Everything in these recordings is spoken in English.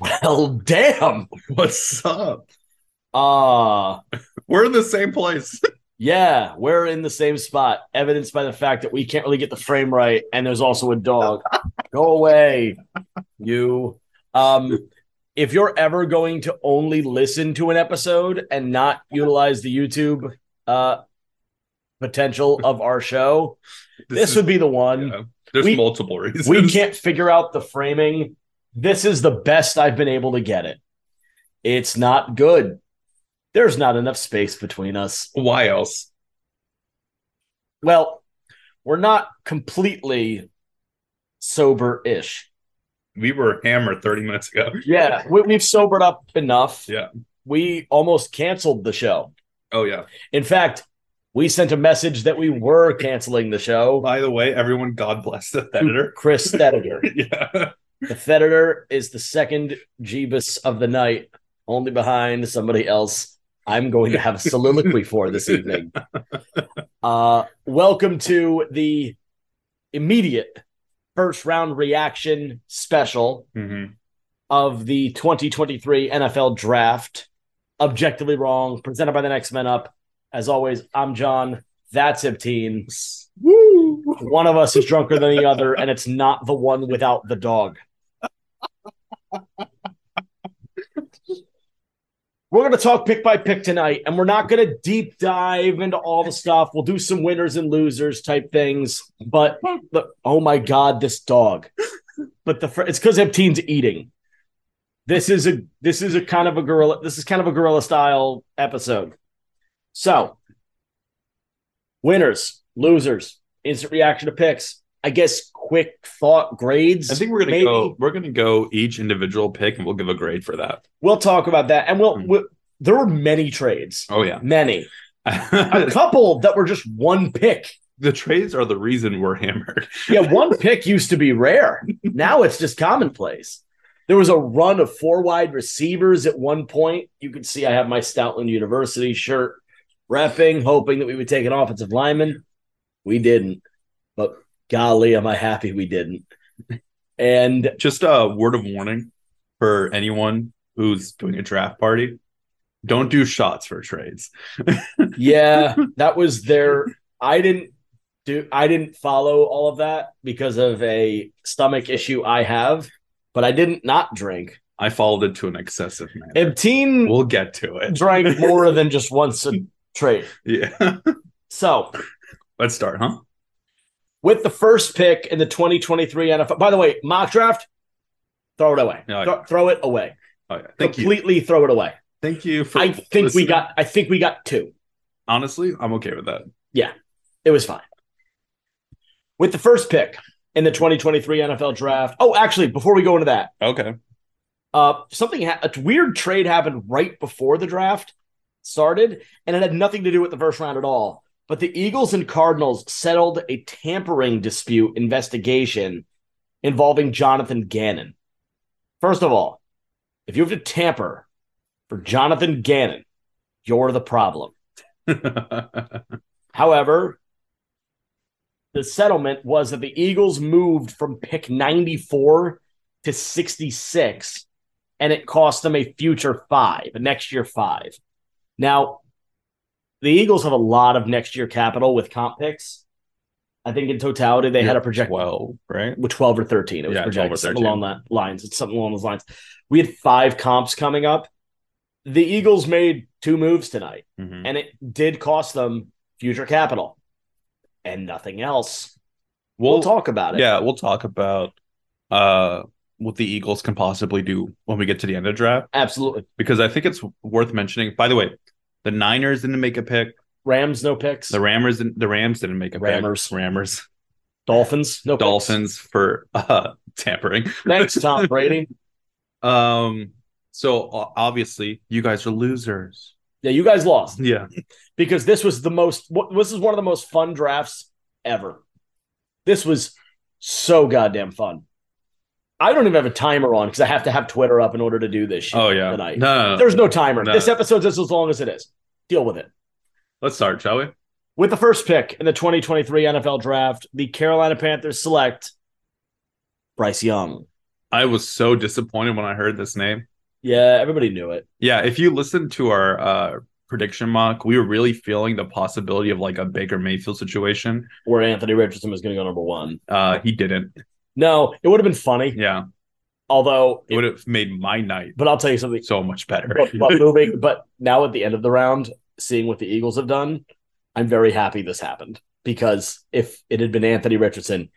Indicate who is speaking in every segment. Speaker 1: Well, damn.
Speaker 2: What's up?
Speaker 1: Uh
Speaker 2: We're in the same place.
Speaker 1: yeah, we're in the same spot, evidenced by the fact that we can't really get the frame right, and there's also a dog. Go away, you. Um, if you're ever going to only listen to an episode and not utilize the YouTube uh potential of our show, this,
Speaker 2: is-
Speaker 1: would be the one.
Speaker 2: yeah. There's
Speaker 1: we-
Speaker 2: multiple reasons.
Speaker 1: we can't figure out the framing. This is the best I've been able to get it. It's not good. There's not enough space between us.
Speaker 2: Why else?
Speaker 1: Well, we're not completely sober ish.
Speaker 2: We were hammered 30 minutes ago.
Speaker 1: Yeah, we, we've sobered up enough.
Speaker 2: Yeah.
Speaker 1: We almost canceled the show.
Speaker 2: Oh yeah.
Speaker 1: In fact, we sent a message that we were canceling the show.
Speaker 2: By the way, everyone, God bless
Speaker 1: Hmm.
Speaker 2: the editor.
Speaker 1: Chris Theditor.
Speaker 2: yeah.
Speaker 1: The Federer is the second Jeebus of the night, only behind somebody else. I'm going to have a soliloquy for this evening. Uh, welcome to the immediate first round reaction special
Speaker 2: Mhm.
Speaker 1: of the 2023 NFL Draft. Objectively wrong, presented by the next men up. As always, I'm John. That's Ibteen.
Speaker 2: Woo!
Speaker 1: One of us is drunker than the other, and it's not the one without the dog. We're going to talk pick by pick tonight, and we're not going to deep dive into all the stuff. We'll do some winners and losers type things, but the, oh my god, this dog! But the fir- it's because Epteen's eating. This is a this is a kind of a gorilla. This is kind of a gorilla style episode. So, winners, losers, instant reaction to picks. I guess quick thought grades.
Speaker 2: I think we're gonna
Speaker 1: maybe.
Speaker 2: go. We're gonna go each individual pick, and we'll give a grade for that.
Speaker 1: We'll talk about that, and we'll,
Speaker 2: Hmm.
Speaker 1: we'll there were many trades,
Speaker 2: Oh yeah.
Speaker 1: many, a couple that were just one pick.
Speaker 2: the trades are the reason we're hammered.
Speaker 1: Yeah, one pick used to be rare. Now it's just commonplace. There was a run of four wide receivers at one point. You can see I have my Stoutland University shirt repping, hoping that we would take an offensive lineman. We didn't, but golly, am I happy we didn't. And
Speaker 2: Just a word of warning for anyone who's doing a draft party: don't do shots for trades.
Speaker 1: yeah, that was their. I didn't do. I didn't follow all of that because of a stomach issue I have, but I didn't not drink.
Speaker 2: I followed it to an excessive manner.
Speaker 1: Ibteen
Speaker 2: We'll get to it.
Speaker 1: drank more than just once a trade.
Speaker 2: Yeah.
Speaker 1: So,
Speaker 2: Let's start, huh?
Speaker 1: with the first pick in the 2023 NFL, by the way, mock draft, throw it away.
Speaker 2: Yeah.
Speaker 1: Thro- throw it away.
Speaker 2: Oh, yeah. Thank you.
Speaker 1: Completely throw it away.
Speaker 2: Thank you for.
Speaker 1: I think we
Speaker 2: listening.
Speaker 1: got. I think we got two.
Speaker 2: Honestly, I'm okay with that.
Speaker 1: It was fine. With the first pick in the 2023 NFL draft. Oh, actually, before we go into that,
Speaker 2: Okay.
Speaker 1: uh, something ha- a weird trade happened right before the draft started, and it had nothing to do with the first round at all. But the Eagles and Cardinals settled a tampering dispute investigation involving Jonathan Gannon. First of all, if you have to tamper for Jonathan Gannon, you're the problem. However, the settlement was that the Eagles moved from pick 94 to 66, and it cost them a future five, a next year five. Now, the Eagles have a lot of next year capital with comp picks. I think in totality, they had a project
Speaker 2: well, right?
Speaker 1: with 12 or 13. It was
Speaker 2: Yeah, 12 or
Speaker 1: projected something
Speaker 2: 13.
Speaker 1: along that lines. It's something along those lines. We had five comps coming up. The Eagles made two moves tonight
Speaker 2: Mhm.
Speaker 1: Mm-hmm. and it did cost them future capital and nothing else. We'll, talk about it.
Speaker 2: Yeah, we'll talk about uh what the Eagles can possibly do when we get to the end of the draft
Speaker 1: absolutely.
Speaker 2: because I think it's worth mentioning. By the way, the Niners didn't make a pick.
Speaker 1: Rams no picks.
Speaker 2: The Rammers didn't, the Rams didn't make a
Speaker 1: Rammers.
Speaker 2: pick. Rammers.
Speaker 1: Dolphins no picks.
Speaker 2: Dolphins for uh tampering.
Speaker 1: Thanks, Tom Brady.
Speaker 2: Um so o- obviously you guys are losers.
Speaker 1: Yeah, you guys lost
Speaker 2: Yeah.
Speaker 1: because this was the most. wh- This is one of the most fun drafts ever. This was so goddamn fun. I don't even have a timer on because I have to have Twitter up in order to do this. Shit.
Speaker 2: Oh yeah.
Speaker 1: tonight.
Speaker 2: No, no, no.
Speaker 1: There's no timer.
Speaker 2: No.
Speaker 1: This episode's just as long as it is. Deal with it.
Speaker 2: Let's start, shall we?
Speaker 1: With the first pick in the 2023 NFL draft, the Carolina Panthers select Bryce Young.
Speaker 2: I was so disappointed when I heard this name.
Speaker 1: Yeah, everybody knew it.
Speaker 2: Yeah, if you listen to our uh, prediction mock, we were really feeling the possibility of like a Baker Mayfield situation.
Speaker 1: Where Anthony Richardson was going to go number one.
Speaker 2: Uh, he didn't.
Speaker 1: No, it would have been funny.
Speaker 2: Yeah,
Speaker 1: Although,
Speaker 2: it would have made my night
Speaker 1: but I'll tell you something.
Speaker 2: so much better.
Speaker 1: But, but moving, but now at the end of the round, seeing what the Eagles have done, I'm very happy this happened because if it had been Anthony Richardson,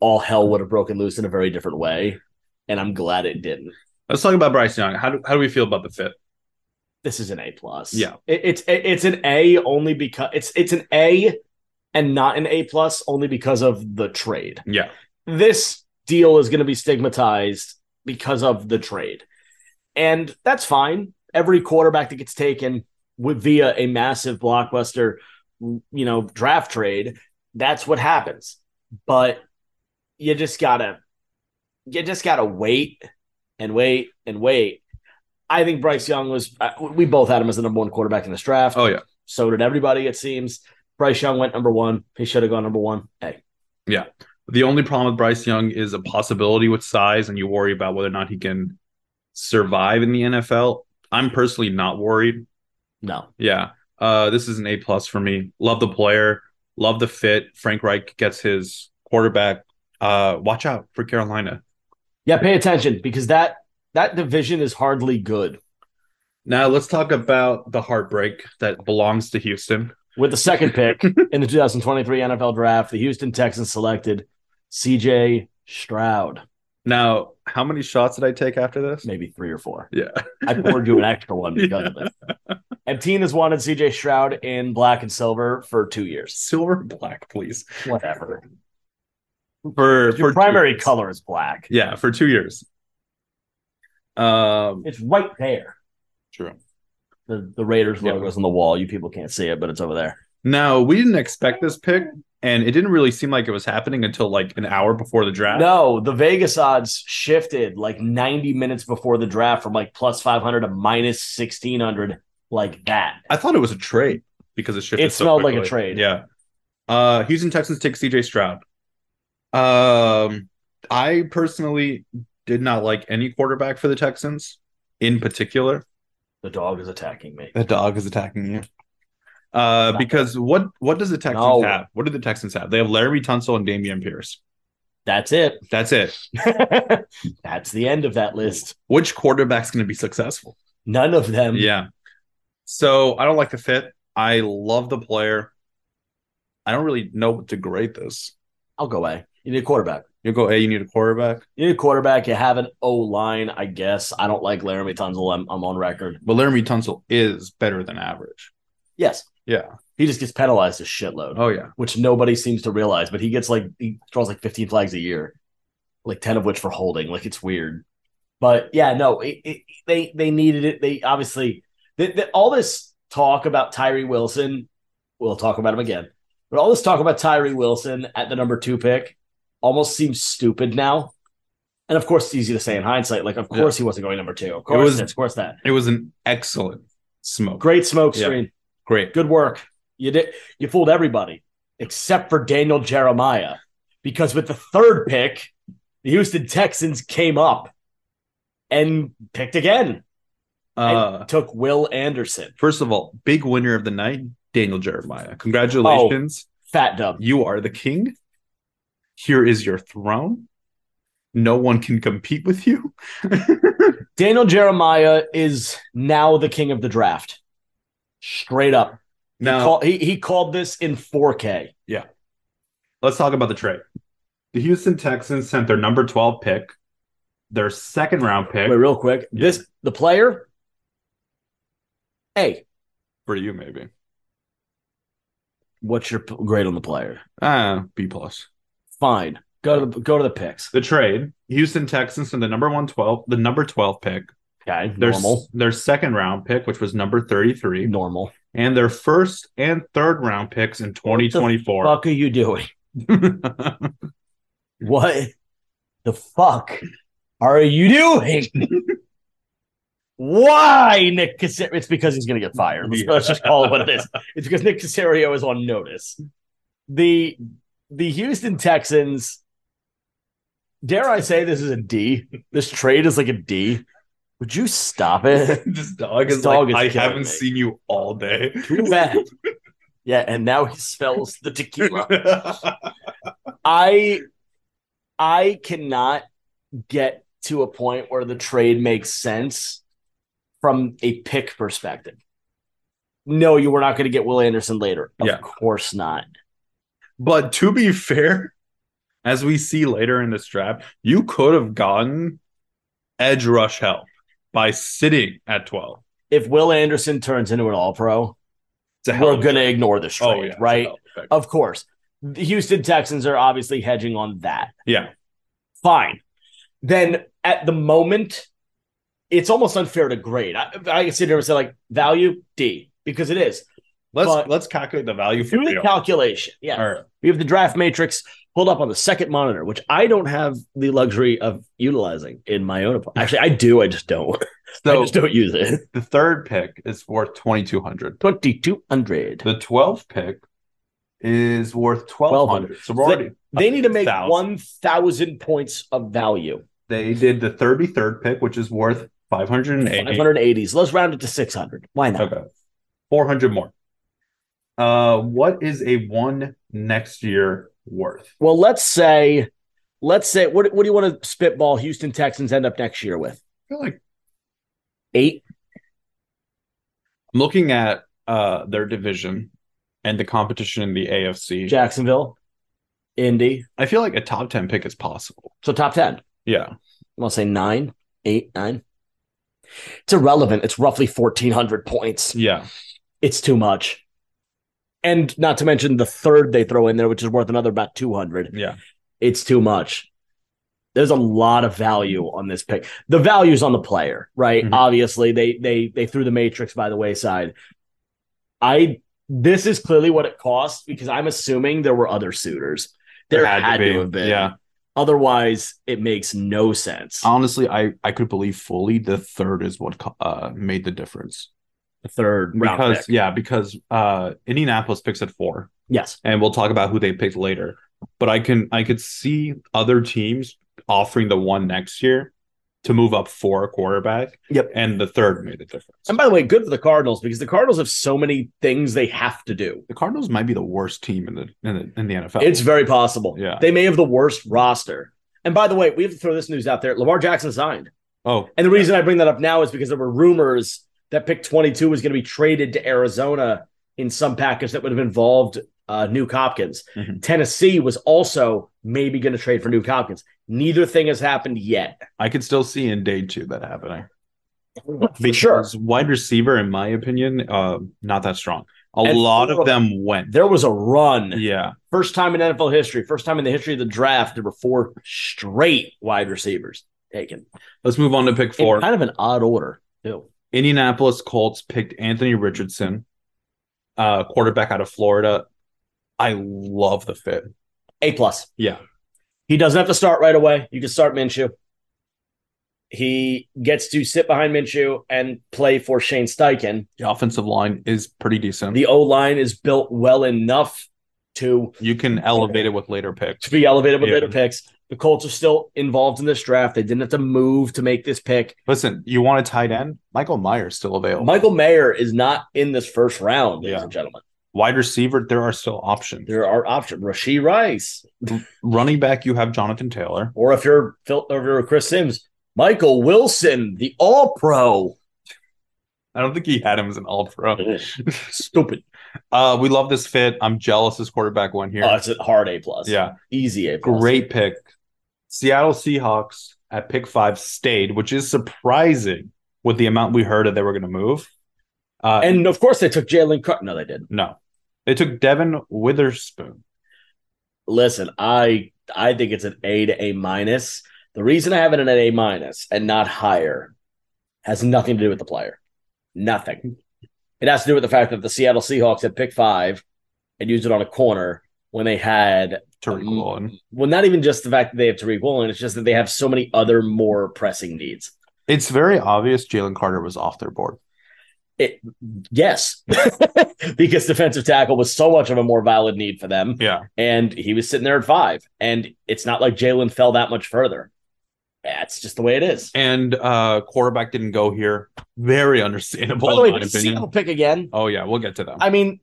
Speaker 1: all hell would have broken loose in a very different way, and I'm glad it didn't.
Speaker 2: Let's talk about Bryce Young. How do, how do we feel about the fit?
Speaker 1: This is an A plus.
Speaker 2: Yeah.
Speaker 1: it, it's it- it's an A only because it's it's an A and not an A plus only because of the trade.
Speaker 2: Yeah,
Speaker 1: this deal is going to be stigmatized because of the trade. And that's fine. Every quarterback that gets taken with via a massive blockbuster, you know, draft trade, that's what happens. But you just got to you just got to wait and wait and wait. I think Bryce Young was uh, we both had him as the number 1 quarterback in this draft.
Speaker 2: Oh, yeah.
Speaker 1: So did everybody it seems. Bryce Young went number 1. He should have gone number 1. Hey.
Speaker 2: the only problem with Bryce Young is a possibility with size, and you worry about whether or not he can survive in the NFL. I'm personally not worried.
Speaker 1: No.
Speaker 2: Yeah. Uh, this is an A plus for me. Love the player, love the fit. Frank Reich gets his quarterback. Uh, watch out for Carolina.
Speaker 1: Yeah, pay attention because that that division is hardly good.
Speaker 2: Now let's talk about the heartbreak that belongs to Houston.
Speaker 1: With the second pick in the 2023 NFL draft, the Houston Texans selected CJ Stroud,
Speaker 2: Now, how many shots did I take after this?
Speaker 1: maybe three or four.
Speaker 2: Yeah.
Speaker 1: I poured you an extra one because of it. And Tina's wanted CJ Stroud in black and silver for two years.
Speaker 2: Silver and black, please.
Speaker 1: Whatever.
Speaker 2: For
Speaker 1: Your
Speaker 2: for two
Speaker 1: primary
Speaker 2: years.
Speaker 1: color is black.
Speaker 2: Yeah, for two years. Um
Speaker 1: It's right there.
Speaker 2: True.
Speaker 1: The the Raiders
Speaker 2: Yeah.
Speaker 1: logo is on the wall. You people can't see it, but it's over there.
Speaker 2: Now we didn't expect this pick, and it didn't really seem like it was happening until like an hour before the draft.
Speaker 1: No, the Vegas odds shifted like 90 minutes before the draft from like plus 500 to minus 1600, like that.
Speaker 2: I thought it was a trade because it shifted.
Speaker 1: It
Speaker 2: so
Speaker 1: smelled like a
Speaker 2: quickly.
Speaker 1: trade.
Speaker 2: Yeah. Uh, Houston Texans take C.J. Stroud. Um, I personally did not like any quarterback for the Texans in particular.
Speaker 1: The dog is attacking me.
Speaker 2: That dog is attacking you. Uh, because what what does the Texans
Speaker 1: No.
Speaker 2: have? What do the Texans have? They have Laramie Tunsil and Damian Pierce.
Speaker 1: That's it.
Speaker 2: That's it.
Speaker 1: That's the end of that list.
Speaker 2: Which quarterback's going to be successful?
Speaker 1: None of them.
Speaker 2: Yeah. So I don't like the fit. I love the player. I don't really know what to grade this.
Speaker 1: I'll go A. You need a quarterback.
Speaker 2: You go A, you need a quarterback.
Speaker 1: You need a quarterback. You have an O line, I guess. I don't like Laramie Tunzel. I'm, I'm on record.
Speaker 2: But Laramie Tunsil is better than average.
Speaker 1: Yes.
Speaker 2: Yeah.
Speaker 1: He just gets penalized a shitload,
Speaker 2: Oh yeah.
Speaker 1: which nobody seems to realize, but he gets like, he draws like 15 flags a year, like 10 of which for holding. Like it's weird. But yeah, no, it, it, they they needed it. They obviously th th- all this talk about Tyree Wilson. We'll talk about him again, but all this talk about Tyree Wilson at the number two pick almost seems stupid now. And of course, it's easy to say in hindsight. Like, of
Speaker 2: Yeah.
Speaker 1: course, he wasn't going number two. Of course,
Speaker 2: was-
Speaker 1: this, of course that.
Speaker 2: It was an excellent smoke.
Speaker 1: Great smoke
Speaker 2: Yeah.
Speaker 1: screen.
Speaker 2: Great.
Speaker 1: Good work. You did. You fooled everybody except for Daniel Jeremiah, because with the third pick, the Houston Texans came up and picked again.
Speaker 2: Uh
Speaker 1: Took Will Anderson,
Speaker 2: first of all, big winner of the night, Daniel Jeremiah. Congratulations.
Speaker 1: fat dub.
Speaker 2: You are the king. Here is your throne. No one can compete with you.
Speaker 1: Daniel Jeremiah is now the king of the draft. Straight up,
Speaker 2: Now
Speaker 1: Call- he he called this in 4K.
Speaker 2: let's talk about the trade. The Houston Texans sent their number 12 pick, their second round pick
Speaker 1: Wait, real quick. This the player. Hey,
Speaker 2: for you, maybe.
Speaker 1: what's your p- grade on the player?
Speaker 2: Ah, B plus.
Speaker 1: Fine. Go to the, go to the picks.
Speaker 2: The trade. Houston Texans sent the number one 12, the number 12 pick,
Speaker 1: Okay,
Speaker 2: their,
Speaker 1: normal.
Speaker 2: their second round pick, which was number 33,
Speaker 1: normal.
Speaker 2: and their first and third round picks in 2024.
Speaker 1: Fuck are you doing? What the fuck are you doing? Why Nick Casario? It's because he's going to get fired. Let's, let's just call it what it is. It's because Nick Casario is on notice. The the Houston Texans. Dare I say this is a D? This trade is like a D. Would you stop it?
Speaker 2: this dog
Speaker 1: This
Speaker 2: is
Speaker 1: dog
Speaker 2: like,
Speaker 1: is
Speaker 2: I
Speaker 1: killing me."
Speaker 2: haven't seen you all day.
Speaker 1: Too bad. Yeah, and now he spells the tequila. I I cannot get to a point where the trade makes sense from a pick perspective. No, you were not going to get Will Anderson later. Of
Speaker 2: Yeah.
Speaker 1: course not.
Speaker 2: but to be fair, as we see later in this draft, you could have gotten edge rush help by sitting at 12.
Speaker 1: If Will Anderson turns into an all pro,
Speaker 2: It's a hell
Speaker 1: we're
Speaker 2: of a
Speaker 1: going to ignore this trade,
Speaker 2: oh, yeah, it's a
Speaker 1: right?
Speaker 2: hell of a pick.
Speaker 1: Of course. The Houston Texans are obviously hedging on that.
Speaker 2: Yeah.
Speaker 1: Fine. Then at the moment, it's almost unfair to grade. I, I can sit here and say, like, value D, because it is.
Speaker 2: Let's
Speaker 1: But-
Speaker 2: let's calculate the value for
Speaker 1: Do the
Speaker 2: real.
Speaker 1: calculation. Yeah.
Speaker 2: All right.
Speaker 1: We have the draft matrix pulled up on the second monitor, which I don't have the luxury of utilizing in my own apartment. Actually, I do. I just don't. I
Speaker 2: So
Speaker 1: just don't use it.
Speaker 2: the third pick is worth 2200.
Speaker 1: 2200.
Speaker 2: The 12th pick is worth 1200. So we're already
Speaker 1: They need to make
Speaker 2: 1,000.
Speaker 1: 1,000 points of value.
Speaker 2: They did the 33rd pick, which is worth 580.
Speaker 1: 580s. Let's round it to 600. Why not?
Speaker 2: Okay. 400 more. Uh, what is a one next year worth?
Speaker 1: Well, let's say, let's say, what, what do you want to spitball Houston Texans end up next year with?
Speaker 2: I feel like
Speaker 1: Eight?
Speaker 2: I'm looking at uh their division and the competition in the AFC.
Speaker 1: Jacksonville, Indy.
Speaker 2: I feel like a top 10 pick is possible.
Speaker 1: So top 10.
Speaker 2: Yeah.
Speaker 1: I'm gonna say nine, eight, nine. It's irrelevant. It's roughly fourteen hundred points.
Speaker 2: Yeah.
Speaker 1: It's too much, and not to mention the third they throw in there, which is worth another about two hundred.
Speaker 2: Yeah.
Speaker 1: It's too much. There's a lot of value on this pick. The value's on the player, right?
Speaker 2: Mhm.
Speaker 1: Obviously, they they they threw the matrix by the wayside. I this is clearly what it cost because I'm assuming there were other suitors. There, had, to,
Speaker 2: be.
Speaker 1: have been.
Speaker 2: Yeah.
Speaker 1: Otherwise, it makes no sense.
Speaker 2: Honestly, I I could believe fully the third is what co- uh made the difference.
Speaker 1: The third round
Speaker 2: Because
Speaker 1: pick.
Speaker 2: yeah, because uh Indianapolis picks at 4.
Speaker 1: Yes.
Speaker 2: and we'll talk about who they picked later. But I can I could see other teams offering the one next year to move up for a quarterback.
Speaker 1: Yep.
Speaker 2: And the third made a difference.
Speaker 1: And by the way, good for the Cardinals because the Cardinals have so many things they have to do.
Speaker 2: the Cardinals might be the worst team in the in the, in the NFL.
Speaker 1: It's very possible.
Speaker 2: Yeah.
Speaker 1: They may have the worst roster. And by the way, we have to throw this news out there. Lamar Jackson signed.
Speaker 2: oh
Speaker 1: And the reason I bring that up now is because there were rumors that pick 22 was going to be traded to Arizona in some package that would have involved uh, Nuke Hopkins.
Speaker 2: Mhm.
Speaker 1: Tennessee was also maybe going to trade for Nuke Hopkins. Neither thing has happened yet.
Speaker 2: I could still see in day two that happening.
Speaker 1: For sure.
Speaker 2: Because wide receiver, in my opinion, uh, not that strong. A
Speaker 1: And
Speaker 2: lot
Speaker 1: four-
Speaker 2: of them went.
Speaker 1: There was a run.
Speaker 2: Yeah.
Speaker 1: First time in NFL history, first time in the history of the draft, there were four straight wide receivers taken.
Speaker 2: Let's move on to pick four.
Speaker 1: In kind of an odd order, too.
Speaker 2: Indianapolis Colts picked Anthony Richardson, uh, quarterback out of Florida. I love the fit.
Speaker 1: A plus.
Speaker 2: Yeah.
Speaker 1: He doesn't have to start right away. You can start Minshew. He gets to sit behind Minshew and play for Shane Steichen.
Speaker 2: The offensive line is pretty decent.
Speaker 1: The O line is built well enough to
Speaker 2: you can elevate it with later
Speaker 1: to
Speaker 2: picks.
Speaker 1: be elevated with
Speaker 2: Yeah.
Speaker 1: later picks. The Colts are still involved in this draft. They didn't have to move to make this pick.
Speaker 2: Listen, you want a tight end? Michael Myers still available.
Speaker 1: Michael Mayer is not in this first round, ladies
Speaker 2: Yeah.
Speaker 1: and gentlemen.
Speaker 2: Wide receiver, there are still options.
Speaker 1: There are options. Rasheed Rice,
Speaker 2: Running back, you have Jonathan Taylor.
Speaker 1: or if you're Phil, or if you're Chris Sims, Michael Wilson, the All Pro.
Speaker 2: I don't think he had him as an all pro.
Speaker 1: Stupid.
Speaker 2: Uh, we love this fit. I'm jealous this quarterback went here.
Speaker 1: Oh, it's a hard A plus.
Speaker 2: yeah.
Speaker 1: easy A plus.
Speaker 2: Great pick. Seattle Seahawks at pick five stayed, which is surprising with the amount we heard that they were going to move. Uh,
Speaker 1: And of course, they took Jalen Cut. No, they didn't.
Speaker 2: no, they took Devin Witherspoon.
Speaker 1: Listen, I I think it's an A to A minus. The reason I have it in an A minus and not higher has nothing to do with the player. Nothing. It has to do with the fact that the Seattle Seahawks had pick five and used it on a corner when they had
Speaker 2: Tariq
Speaker 1: Mm.
Speaker 2: Woolen.
Speaker 1: well, not even just the fact that they have Tariq Woolen, it's just that they have so many other more pressing needs.
Speaker 2: It's very obvious Jalen Carter was off their board.
Speaker 1: It, yes, because defensive tackle was so much of a more valid need for them.
Speaker 2: Yeah.
Speaker 1: And he was sitting there at five. And it's not like Jalen fell that much further. That's just the way it is.
Speaker 2: And uh quarterback didn't go here. Very understandable
Speaker 1: By the way,
Speaker 2: in my
Speaker 1: did
Speaker 2: opinion.
Speaker 1: Seattle pick again?
Speaker 2: Oh yeah, we'll get to them.
Speaker 1: I mean,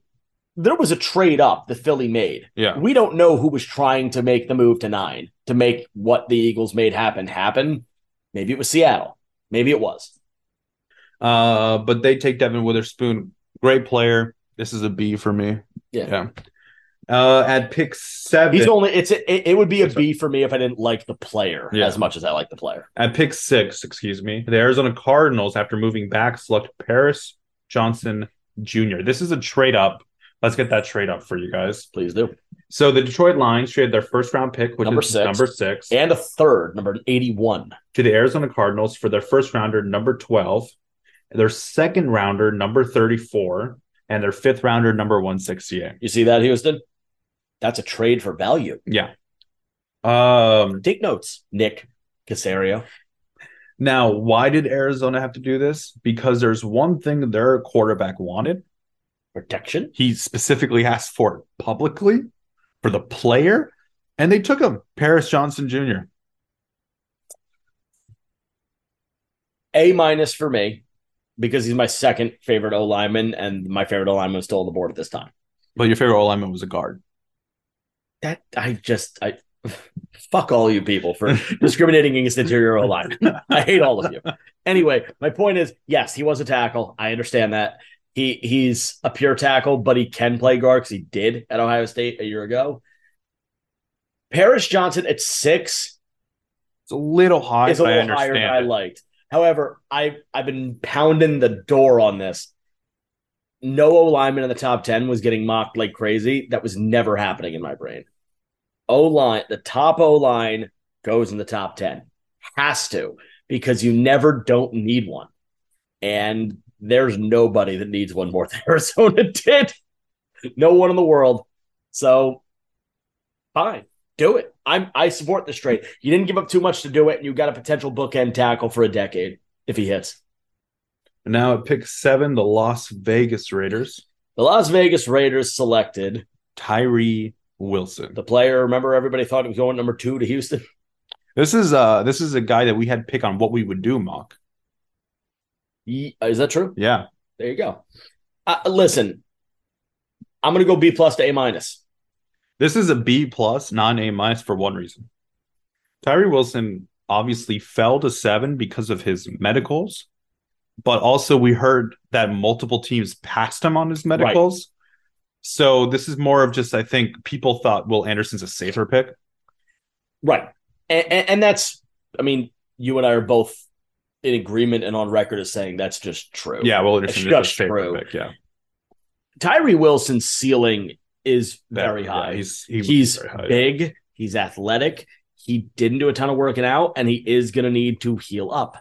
Speaker 1: there was a trade up that Philly made.
Speaker 2: yeah.
Speaker 1: We don't know who was trying to make the move to nine to make what the Eagles made happen happen. Maybe it was Seattle. Maybe it was.
Speaker 2: Uh but they take Devin Witherspoon. Great player. This is a B for me.
Speaker 1: Yeah.
Speaker 2: Yeah. Uh at pick seven.
Speaker 1: He's only it's it, it would be a
Speaker 2: That's right.
Speaker 1: B for me if I didn't like the player
Speaker 2: Yeah.
Speaker 1: as much as I like the player.
Speaker 2: At pick six, excuse me, the Arizona Cardinals, after moving back, select Paris Johnson Jr. This is a trade up. Let's get that trade up for you guys.
Speaker 1: Please do.
Speaker 2: So the Detroit Lions traded their first round pick, which
Speaker 1: Number
Speaker 2: is
Speaker 1: six.
Speaker 2: number six,
Speaker 1: And a third, number 81.
Speaker 2: to the Arizona Cardinals for their first rounder, number 12, their second rounder, number 34, and their fifth rounder, number 168.
Speaker 1: You see that, Houston? That's a trade for value.
Speaker 2: Yeah. Um,
Speaker 1: Take notes, Nick Casario.
Speaker 2: Now, why did Arizona have to do this? Because there's one thing their quarterback wanted.
Speaker 1: Protection.
Speaker 2: He specifically asked for it publicly for the player, and they took him, Paris Johnson Jr.
Speaker 1: A minus for me because he's my second favorite O lineman, and my favorite O lineman is still on the board at this time.
Speaker 2: But your favorite alignment was a guard.
Speaker 1: That I just I fuck all you people for discriminating against interior O lineman. I hate all of you. Anyway, my point is, yes, he was a tackle. I understand that. He he's a pure tackle, but he can play guard because he did at Ohio State a year ago. Paris Johnson at six
Speaker 2: It's a little high,
Speaker 1: is a
Speaker 2: but I
Speaker 1: little higher
Speaker 2: understand.
Speaker 1: than I
Speaker 2: it.
Speaker 1: liked. However, I I've been pounding the door on this. No O lineman in the top ten was getting mocked like crazy. That was never happening in my brain. O line, the top O line goes in the top ten, has to because you never don't need one, and there's nobody that needs one more than Arizona did. No one in the world. So fine do it. I'm I support this trade. You didn't give up too much to do it, and you got a potential bookend tackle for a decade if he hits.
Speaker 2: Now at pick seven, the Las Vegas Raiders,
Speaker 1: The Las Vegas Raiders selected
Speaker 2: Tyree Wilson.
Speaker 1: the player. Remember, everybody thought it was going number two to Houston.
Speaker 2: This is uh this is a guy that we had pick on what we would do, mock.
Speaker 1: Ye- Is that true?
Speaker 2: Yeah.
Speaker 1: There you go. Uh, listen, I'm going to go B plus to A minus.
Speaker 2: This is a B plus, not an A minus for one reason. Tyree Wilson obviously fell to seven because of his medicals, but also we heard that multiple teams passed him on his medicals. So this is more of just I think people thought Will Anderson's a safer pick.
Speaker 1: Right. And, and, and that's, I mean, you and I are both in agreement and on record as saying that's just true.
Speaker 2: Yeah, Will Anderson is a
Speaker 1: just
Speaker 2: safer
Speaker 1: true.
Speaker 2: pick. Yeah,
Speaker 1: Tyree Wilson's ceiling is very
Speaker 2: Yeah,
Speaker 1: high.
Speaker 2: He's he was
Speaker 1: he's
Speaker 2: very high.
Speaker 1: big, he's athletic, he didn't do a ton of working out, and he is going to need to heal up.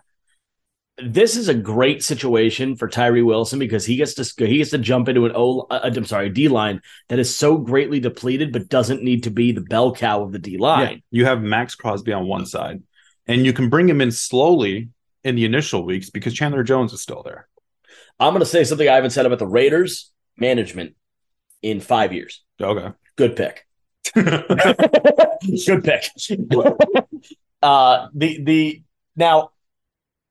Speaker 1: This is a great situation for Tyree Wilson because he gets to he gets to jump into an O uh, I'm sorry D line that is so greatly depleted but doesn't need to be the bell cow of the D
Speaker 2: Yeah,
Speaker 1: line.
Speaker 2: you have Max Crosby on one side, and you can bring him in slowly in the initial weeks because Chandler Jones is still there.
Speaker 1: I'm going to say something I haven't said about the Raiders management in five years.
Speaker 2: Okay.
Speaker 1: Good pick. Good pick. uh, the the now,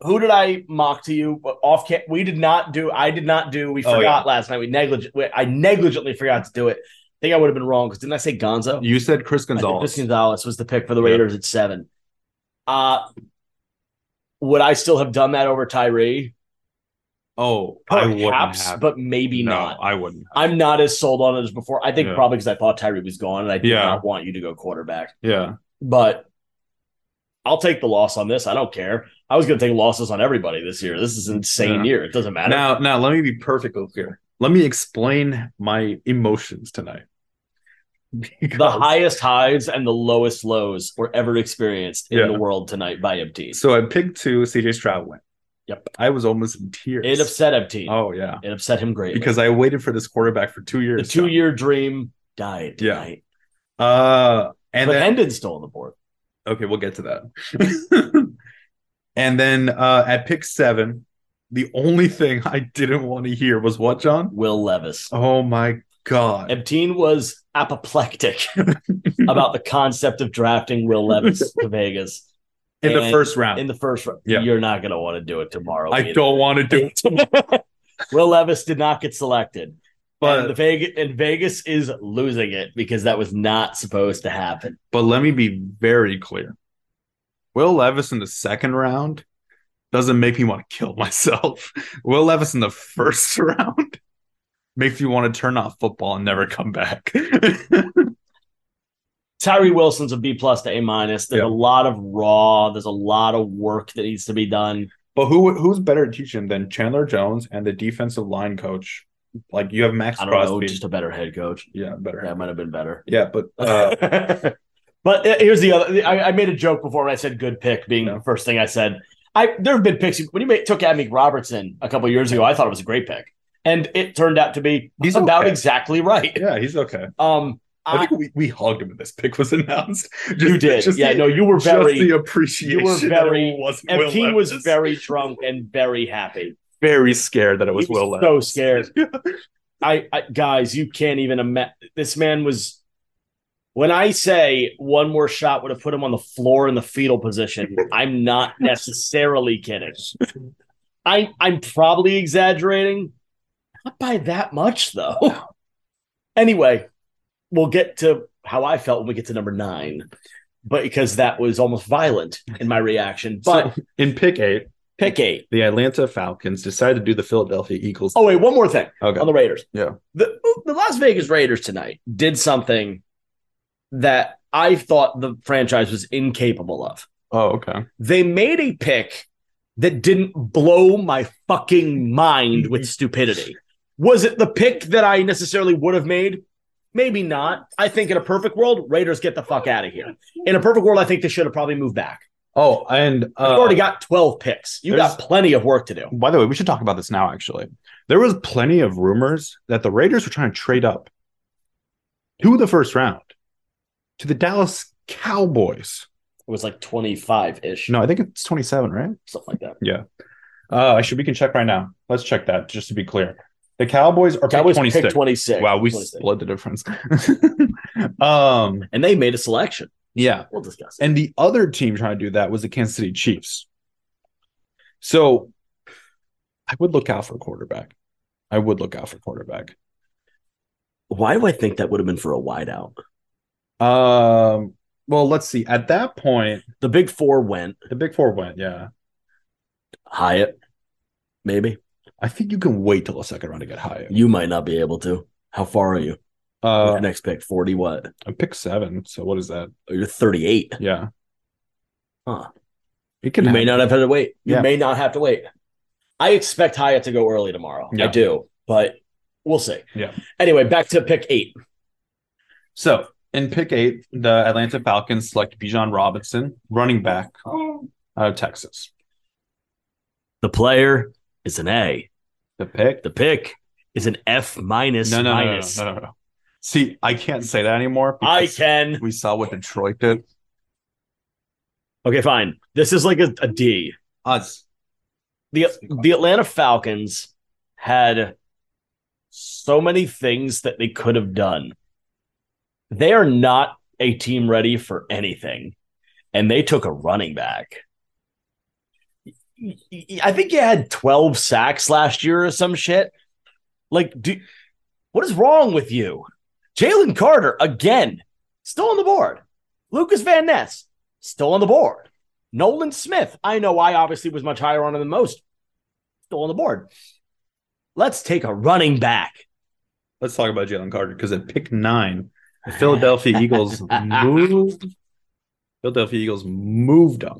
Speaker 1: who did I mock to you off? Cam- we did not do. I did not do. We
Speaker 2: Oh,
Speaker 1: forgot last night. We negligent. we- I negligently forgot to do it. I think I would have been wrong because didn't I say Gonzo?
Speaker 2: you said Chris
Speaker 1: I think
Speaker 2: Gonzalez.
Speaker 1: Chris Gonzalez was the pick for the
Speaker 2: Yeah.
Speaker 1: Raiders at seven. Uh would I still have done that over Tyree?
Speaker 2: Oh, I wouldn't
Speaker 1: Perhaps,
Speaker 2: have.
Speaker 1: but maybe
Speaker 2: no,
Speaker 1: not.
Speaker 2: I wouldn't.
Speaker 1: I'm not as sold on it as before. I think
Speaker 2: Yeah.
Speaker 1: probably because I thought Tyree was gone, and I did
Speaker 2: Yeah.
Speaker 1: not want you to go quarterback.
Speaker 2: Yeah,
Speaker 1: but I'll take the loss on this. I don't care. I was going to take losses on everybody this year. This is an insane
Speaker 2: Yeah.
Speaker 1: year. It doesn't matter.
Speaker 2: Now, now let me be perfectly clear. Let me explain my emotions tonight.
Speaker 1: the
Speaker 2: Because-
Speaker 1: highest highs and the lowest lows were ever experienced in
Speaker 2: Yeah.
Speaker 1: the world tonight by MTs.
Speaker 2: So I picked two. CJ Stroud went.
Speaker 1: Yep.
Speaker 2: I was almost in tears.
Speaker 1: It upset MT.
Speaker 2: oh yeah,
Speaker 1: It upset him greatly
Speaker 2: because I waited for this quarterback for two
Speaker 1: the
Speaker 2: years. now.
Speaker 1: two-year dream died
Speaker 2: Yeah.
Speaker 1: tonight.
Speaker 2: Uh, and
Speaker 1: but
Speaker 2: then
Speaker 1: Hendon's still on the board.
Speaker 2: okay, we'll get to that. And then uh, at pick seven, the only thing I didn't want to hear was what, John?
Speaker 1: Will Levis.
Speaker 2: Oh my God.
Speaker 1: Ebteen was apoplectic about the concept of drafting Will Levis to Vegas
Speaker 2: In the
Speaker 1: and-
Speaker 2: first round.
Speaker 1: in the first round.
Speaker 2: Yeah.
Speaker 1: You're not going to want to do it tomorrow.
Speaker 2: I
Speaker 1: either.
Speaker 2: don't want to do it.
Speaker 1: Will Levis did not get selected. and the
Speaker 2: But,
Speaker 1: Vegas and Vegas is losing it because that was not supposed to happen.
Speaker 2: but let me be very clear Will Levis in the second round doesn't make me want to kill myself. Will Levis in the first round makes me want to turn off football and never come back.
Speaker 1: Tyree Wilson's a B plus to A minus. There's
Speaker 2: Yeah.
Speaker 1: a lot of raw. There's a lot of work that needs to be done.
Speaker 2: But who who's better at teaching than Chandler Jones and the defensive line coach? Like you have Max
Speaker 1: I don't know,
Speaker 2: Crosby.
Speaker 1: just a better head coach.
Speaker 2: yeah, better.
Speaker 1: That might have been better.
Speaker 2: Yeah, but uh,
Speaker 1: but uh, here's the other. I, I made a joke before when I said good pick being
Speaker 2: Yeah.
Speaker 1: the first thing I said. I there have been picks when you made, took Amik Robertson a couple years ago. I thought it was a great pick, and it turned out to be
Speaker 2: He's
Speaker 1: about
Speaker 2: okay.
Speaker 1: exactly right.
Speaker 2: yeah, he's okay.
Speaker 1: Um,
Speaker 2: I,
Speaker 1: I-
Speaker 2: think we, we hugged him when this pick was announced. Just,
Speaker 1: you did,
Speaker 2: just
Speaker 1: yeah.
Speaker 2: the,
Speaker 1: no, you were
Speaker 2: just the
Speaker 1: very.
Speaker 2: appreciation.
Speaker 1: you were
Speaker 2: that it
Speaker 1: very-
Speaker 2: wasn't Will
Speaker 1: And he was
Speaker 2: Levis.
Speaker 1: very drunk and very happy.
Speaker 2: very scared that it was
Speaker 1: he was
Speaker 2: Will
Speaker 1: so
Speaker 2: Levis.
Speaker 1: scared. I, I guys, you can't even imagine. This man was. When I say one more shot would have put him on the floor in the fetal position, I'm not necessarily kidding. I I'm probably exaggerating, not by that much though. Anyway, we'll get to how I felt when we get to number nine, but because that was almost violent in my reaction. But
Speaker 2: But in pick eight,
Speaker 1: pick eight.
Speaker 2: the Atlanta Falcons decided to do the Philadelphia Eagles.
Speaker 1: Oh wait, one more thing.
Speaker 2: okay.
Speaker 1: on the Raiders.
Speaker 2: Yeah.
Speaker 1: The the Las Vegas Raiders tonight did something that I thought the franchise was incapable of.
Speaker 2: oh, okay.
Speaker 1: They made a pick that didn't blow my fucking mind with stupidity. Was it the pick that I necessarily would have made? Maybe not. I think in a perfect world, Raiders get the fuck out of here. In a perfect world, I think they should have probably moved back.
Speaker 2: Oh, and
Speaker 1: You've
Speaker 2: uh,
Speaker 1: already got 12 picks. You got plenty of work to do.
Speaker 2: By the way, we should talk about this now. Actually, there was plenty of rumors that the Raiders were trying to trade up to the first round to the Dallas Cowboys.
Speaker 1: It was like 25 ish,
Speaker 2: No, I think it's twenty-seven, right?
Speaker 1: something like that.
Speaker 2: Uh, actually, we can check right now. Let's check that just to be clear. The Cowboys are
Speaker 1: Cowboys
Speaker 2: pick
Speaker 1: picked
Speaker 2: twenty-six.
Speaker 1: 26.
Speaker 2: wow, we
Speaker 1: 26.
Speaker 2: split the difference. um,
Speaker 1: and they made a selection.
Speaker 2: yeah,
Speaker 1: We'll discuss it.
Speaker 2: and the other team trying to do that was the Kansas City Chiefs. So, I would look out for a quarterback. I would look out for a quarterback.
Speaker 1: Why do I think that would have been for a wideout?
Speaker 2: Um. Well, let's see. At that point,
Speaker 1: The big four went
Speaker 2: the Big Four went. Yeah,
Speaker 1: Hyatt, maybe.
Speaker 2: I think you can wait till the second round to get higher.
Speaker 1: You might not be able to. How far are you? Your
Speaker 2: Uh,
Speaker 1: next pick, 40 what?
Speaker 2: I pick seven. So what is that?
Speaker 1: Oh, You're 38.
Speaker 2: Yeah.
Speaker 1: Huh.
Speaker 2: It
Speaker 1: You
Speaker 2: can.
Speaker 1: may
Speaker 2: happen.
Speaker 1: not have had to wait. You
Speaker 2: Yeah.
Speaker 1: may not have to wait. I expect Hyatt to go early tomorrow. I
Speaker 2: Yeah.
Speaker 1: do, but we'll see.
Speaker 2: Yeah.
Speaker 1: Anyway, back to pick eight.
Speaker 2: So in pick eight, the Atlanta Falcons select Bijan Robinson, running back out of Texas.
Speaker 1: The player is an A.
Speaker 2: The pick.
Speaker 1: The pick is an F minus
Speaker 2: No, no, no, no,
Speaker 1: minus.
Speaker 2: no, no, no. See, I can't say that anymore.
Speaker 1: I
Speaker 2: because
Speaker 1: can.
Speaker 2: We saw what Detroit did.
Speaker 1: Okay, fine. This is like a, a D.
Speaker 2: Us.
Speaker 1: the the Atlanta Falcons had so many things that they could have done. They are not a team ready for anything, and they took a running back. I think you had 12 sacks last year or some shit. Like, do, what is wrong with you? Jalen Carter, again, still on the board. Lucas Van Ness, still on the board. Nolan Smith, I know I obviously was much higher on him than most, still on the board. Let's take a running back.
Speaker 2: Let's talk about Jalen Carter because at pick nine, the Philadelphia Eagles moved. Philadelphia Eagles moved up.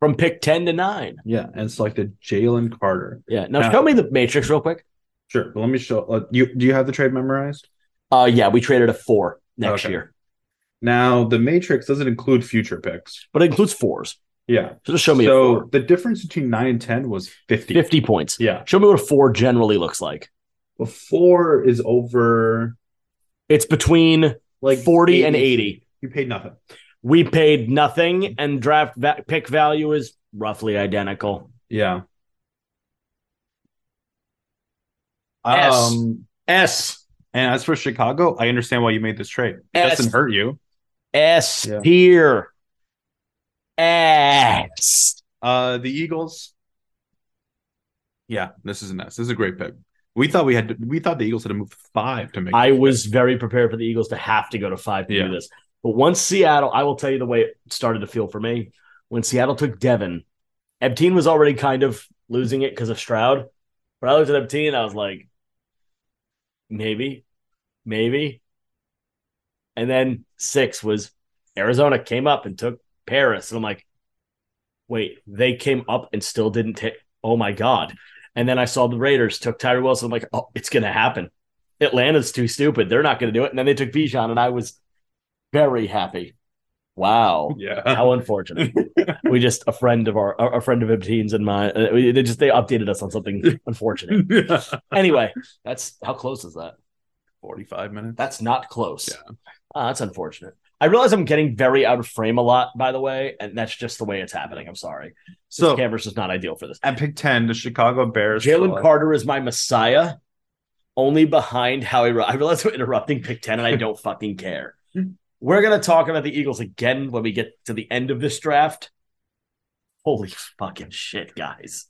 Speaker 1: From pick 10 to 9.
Speaker 2: Yeah, and selected Jalen Carter.
Speaker 1: Yeah. Now,
Speaker 2: Now-
Speaker 1: show me the matrix real quick.
Speaker 2: Sure, but let me show. Uh, you do you have the trade memorized?
Speaker 1: Uh, yeah, we traded a four next
Speaker 2: Okay.
Speaker 1: year,
Speaker 2: Now the matrix doesn't include future picks.
Speaker 1: but it includes fours.
Speaker 2: Yeah.
Speaker 1: So just show me a
Speaker 2: so
Speaker 1: four.
Speaker 2: the difference between nine and ten was fifty.
Speaker 1: 50 points.
Speaker 2: Yeah.
Speaker 1: Show me what a four generally looks like.
Speaker 2: Well, four is over
Speaker 1: It's between
Speaker 2: like
Speaker 1: 40 and 80.
Speaker 2: You paid nothing.
Speaker 1: We paid nothing, and draft va- pick value is roughly identical.
Speaker 2: Yeah.
Speaker 1: S.
Speaker 2: Um,
Speaker 1: S
Speaker 2: and as for Chicago, I understand why you made this trade. It
Speaker 1: S.
Speaker 2: doesn't hurt you.
Speaker 1: S
Speaker 2: Yeah.
Speaker 1: tier. S.
Speaker 2: Uh, the Eagles. Yeah, this is an S. This is a great pick. We thought we had to, we thought the Eagles had to move five to make.
Speaker 1: I
Speaker 2: this pick.
Speaker 1: was very prepared for the Eagles to have to go to five to
Speaker 2: Yeah.
Speaker 1: do this. But once Seattle, I will tell you the way it started to feel for me. When Seattle took Devin, Ebteen was already kind of losing it because of Stroud. But I looked at Ebteen, I was like, maybe, maybe. And then six was Arizona came up and took Paris. And I'm like, wait, they came up and still didn't take. Oh my God. And then I saw the Raiders took Tyree Wilson. I'm like, oh, it's going to happen. Atlanta's too stupid. They're not going to do it. And then they took Bijan, and I was very happy. Wow.
Speaker 2: yeah.
Speaker 1: How unfortunate. we just, a friend of our, a friend of Ibteen's and mine, uh, we- they just, they updated us on something unfortunate. anyway, that's, how close is that?
Speaker 2: Forty-five minutes.
Speaker 1: That's not close. Ah, that's unfortunate. I realize I'm getting very out of frame a lot, by the way, and that's just the way it's happening. I'm sorry.
Speaker 2: so.
Speaker 1: Canvas is not ideal for this.
Speaker 2: At pick ten, the Chicago Bears.
Speaker 1: Jalen
Speaker 2: select-
Speaker 1: Carter is my messiah, only behind Howie. Ro- I realize we're interrupting pick 10, and I don't fucking care. We're going to talk about the Eagles again when we get to the end of this draft. Holy fucking shit, guys.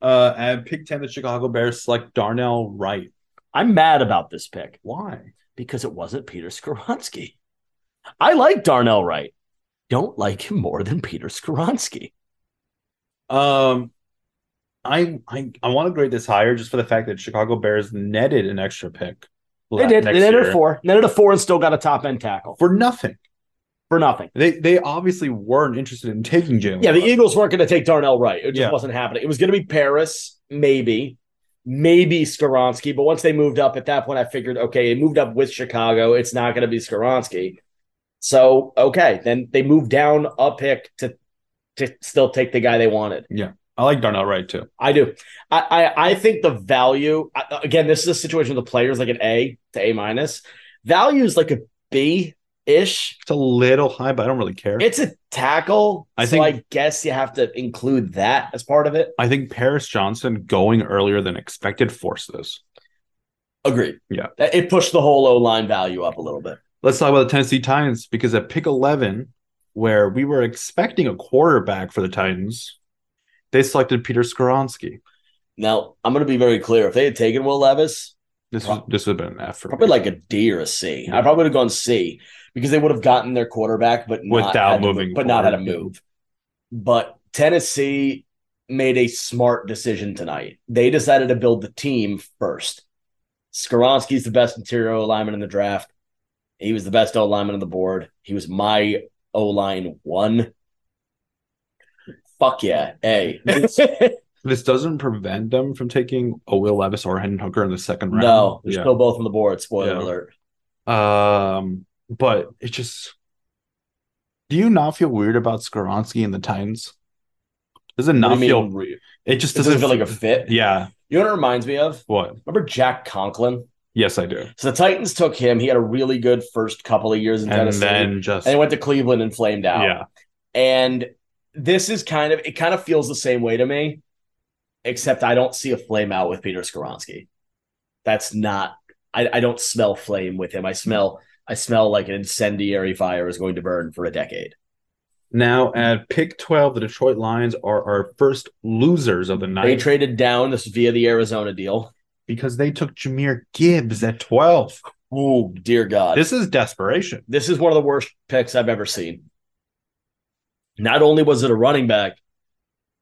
Speaker 2: Uh, at pick ten, the Chicago Bears select Darnell Wright.
Speaker 1: I'm mad about this pick
Speaker 2: Why?
Speaker 1: because it wasn't Peter Skoronsky. I like Darnell Wright. Don't like him more than Peter Skoronsky.
Speaker 2: Um, I I I want to grade this higher just for the fact that Chicago Bears netted an extra pick.
Speaker 1: They did.
Speaker 2: next
Speaker 1: They ended
Speaker 2: year
Speaker 1: at four. They ended at four and still got a top end tackle
Speaker 2: for nothing.
Speaker 1: for nothing.
Speaker 2: They they obviously weren't interested in taking Jalen.
Speaker 1: Yeah, the
Speaker 2: Carter.
Speaker 1: Eagles weren't going to take Darnell Wright. It just
Speaker 2: Yeah.
Speaker 1: wasn't happening. It was going to be Paris, maybe, maybe Skoronsky. But once they moved up, at that point, I figured, okay, it moved up with Chicago. It's not going to be Skoronsky. So okay, then they moved down a pick to to still take the guy they wanted.
Speaker 2: I like Darnell Wright too.
Speaker 1: I do. I I, I think the value I- again. This is a situation where the players like an A to A minus. Value is like a B ish.
Speaker 2: It's a little high, but I don't really care.
Speaker 1: It's a tackle.
Speaker 2: I
Speaker 1: so
Speaker 2: think-
Speaker 1: I guess you have to include that as part of it.
Speaker 2: I think Paris Johnson going earlier than expected forced this.
Speaker 1: Agreed.
Speaker 2: Yeah.
Speaker 1: That- It pushed the whole O line value up a little bit.
Speaker 2: Let's talk about the Tennessee Titans because at pick 11, where we were expecting a quarterback for the Titans, they selected Peter Skoronsky.
Speaker 1: Now, I'm going to be very clear. If they had taken Will Levis,
Speaker 2: This was, this would have been an effort.
Speaker 1: probably like a D or a C. I probably would have gone C because they would have gotten their quarterback, but not
Speaker 2: Without
Speaker 1: had to
Speaker 2: moving
Speaker 1: move- but not had a
Speaker 2: forward.
Speaker 1: move. But Tennessee made a smart decision tonight. They decided to build the team first. Skaronski's the best interior alignment in the draft. He was the best O lineman on the board. He was my O line one. Fuck yeah. A.
Speaker 2: this doesn't prevent them from taking a Will Levis or a Hendon Hooker in the second round.
Speaker 1: No, they're
Speaker 2: Yeah.
Speaker 1: still both on the board. Spoiler
Speaker 2: Yeah.
Speaker 1: alert.
Speaker 2: Um, but it just do you not feel weird about Skoronsky and the Titans? Does it
Speaker 1: What
Speaker 2: not
Speaker 1: do you
Speaker 2: feel
Speaker 1: mean, re-
Speaker 2: it just
Speaker 1: it doesn't
Speaker 2: doesn't
Speaker 1: feel like a fit.
Speaker 2: yeah.
Speaker 1: You know what it reminds me of?
Speaker 2: What?
Speaker 1: Remember Jack Conklin?
Speaker 2: Yes, I do.
Speaker 1: So the Titans took him. He had a really good first couple of years in
Speaker 2: And
Speaker 1: Tennessee.
Speaker 2: then just
Speaker 1: and he went to Cleveland and flamed out.
Speaker 2: yeah.
Speaker 1: And this is kind of it kind of feels the same way to me, except I don't see a flame out with Peter Skoronsky. That's not I, I don't smell flame with him. I smell I smell like an incendiary fire is going to burn for a decade.
Speaker 2: Now at pick 12, the Detroit Lions are our first losers of the
Speaker 1: They
Speaker 2: night
Speaker 1: traded down this via the Arizona deal.
Speaker 2: because they took Jameer Gibbs at 12.
Speaker 1: Oh dear God.
Speaker 2: This is desperation.
Speaker 1: this is one of the worst picks I've ever seen. Not only was it a running back,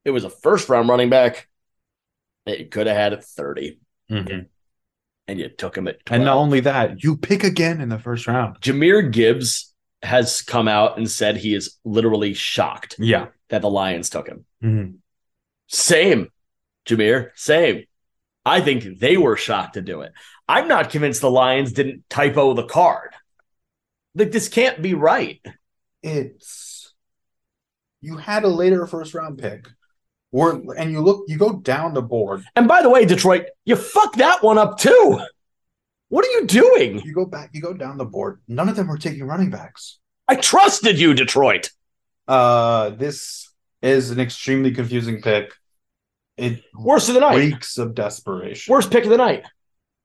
Speaker 1: it was a first round running back. It could have had at 30, and you took him at 12.
Speaker 2: And not only that, you pick again in the first round.
Speaker 1: Jameer Gibbs has come out and said he is literally shocked
Speaker 2: Yeah.
Speaker 1: that the Lions took him. Same, Jameer, same. I think they were shocked to do it. I'm not convinced the Lions didn't typo the card. Like, this can't be right.
Speaker 2: it's you had a later first round pick or and you look you go down the board
Speaker 1: And by the way, Detroit, you fucked that one up too. What are you doing?
Speaker 2: you go back you go down the board none of them are taking running backs
Speaker 1: I trusted you, Detroit.
Speaker 2: uh this is an extremely confusing pick. It
Speaker 1: Worst of the night.
Speaker 2: reeks of desperation.
Speaker 1: Worst pick of the night.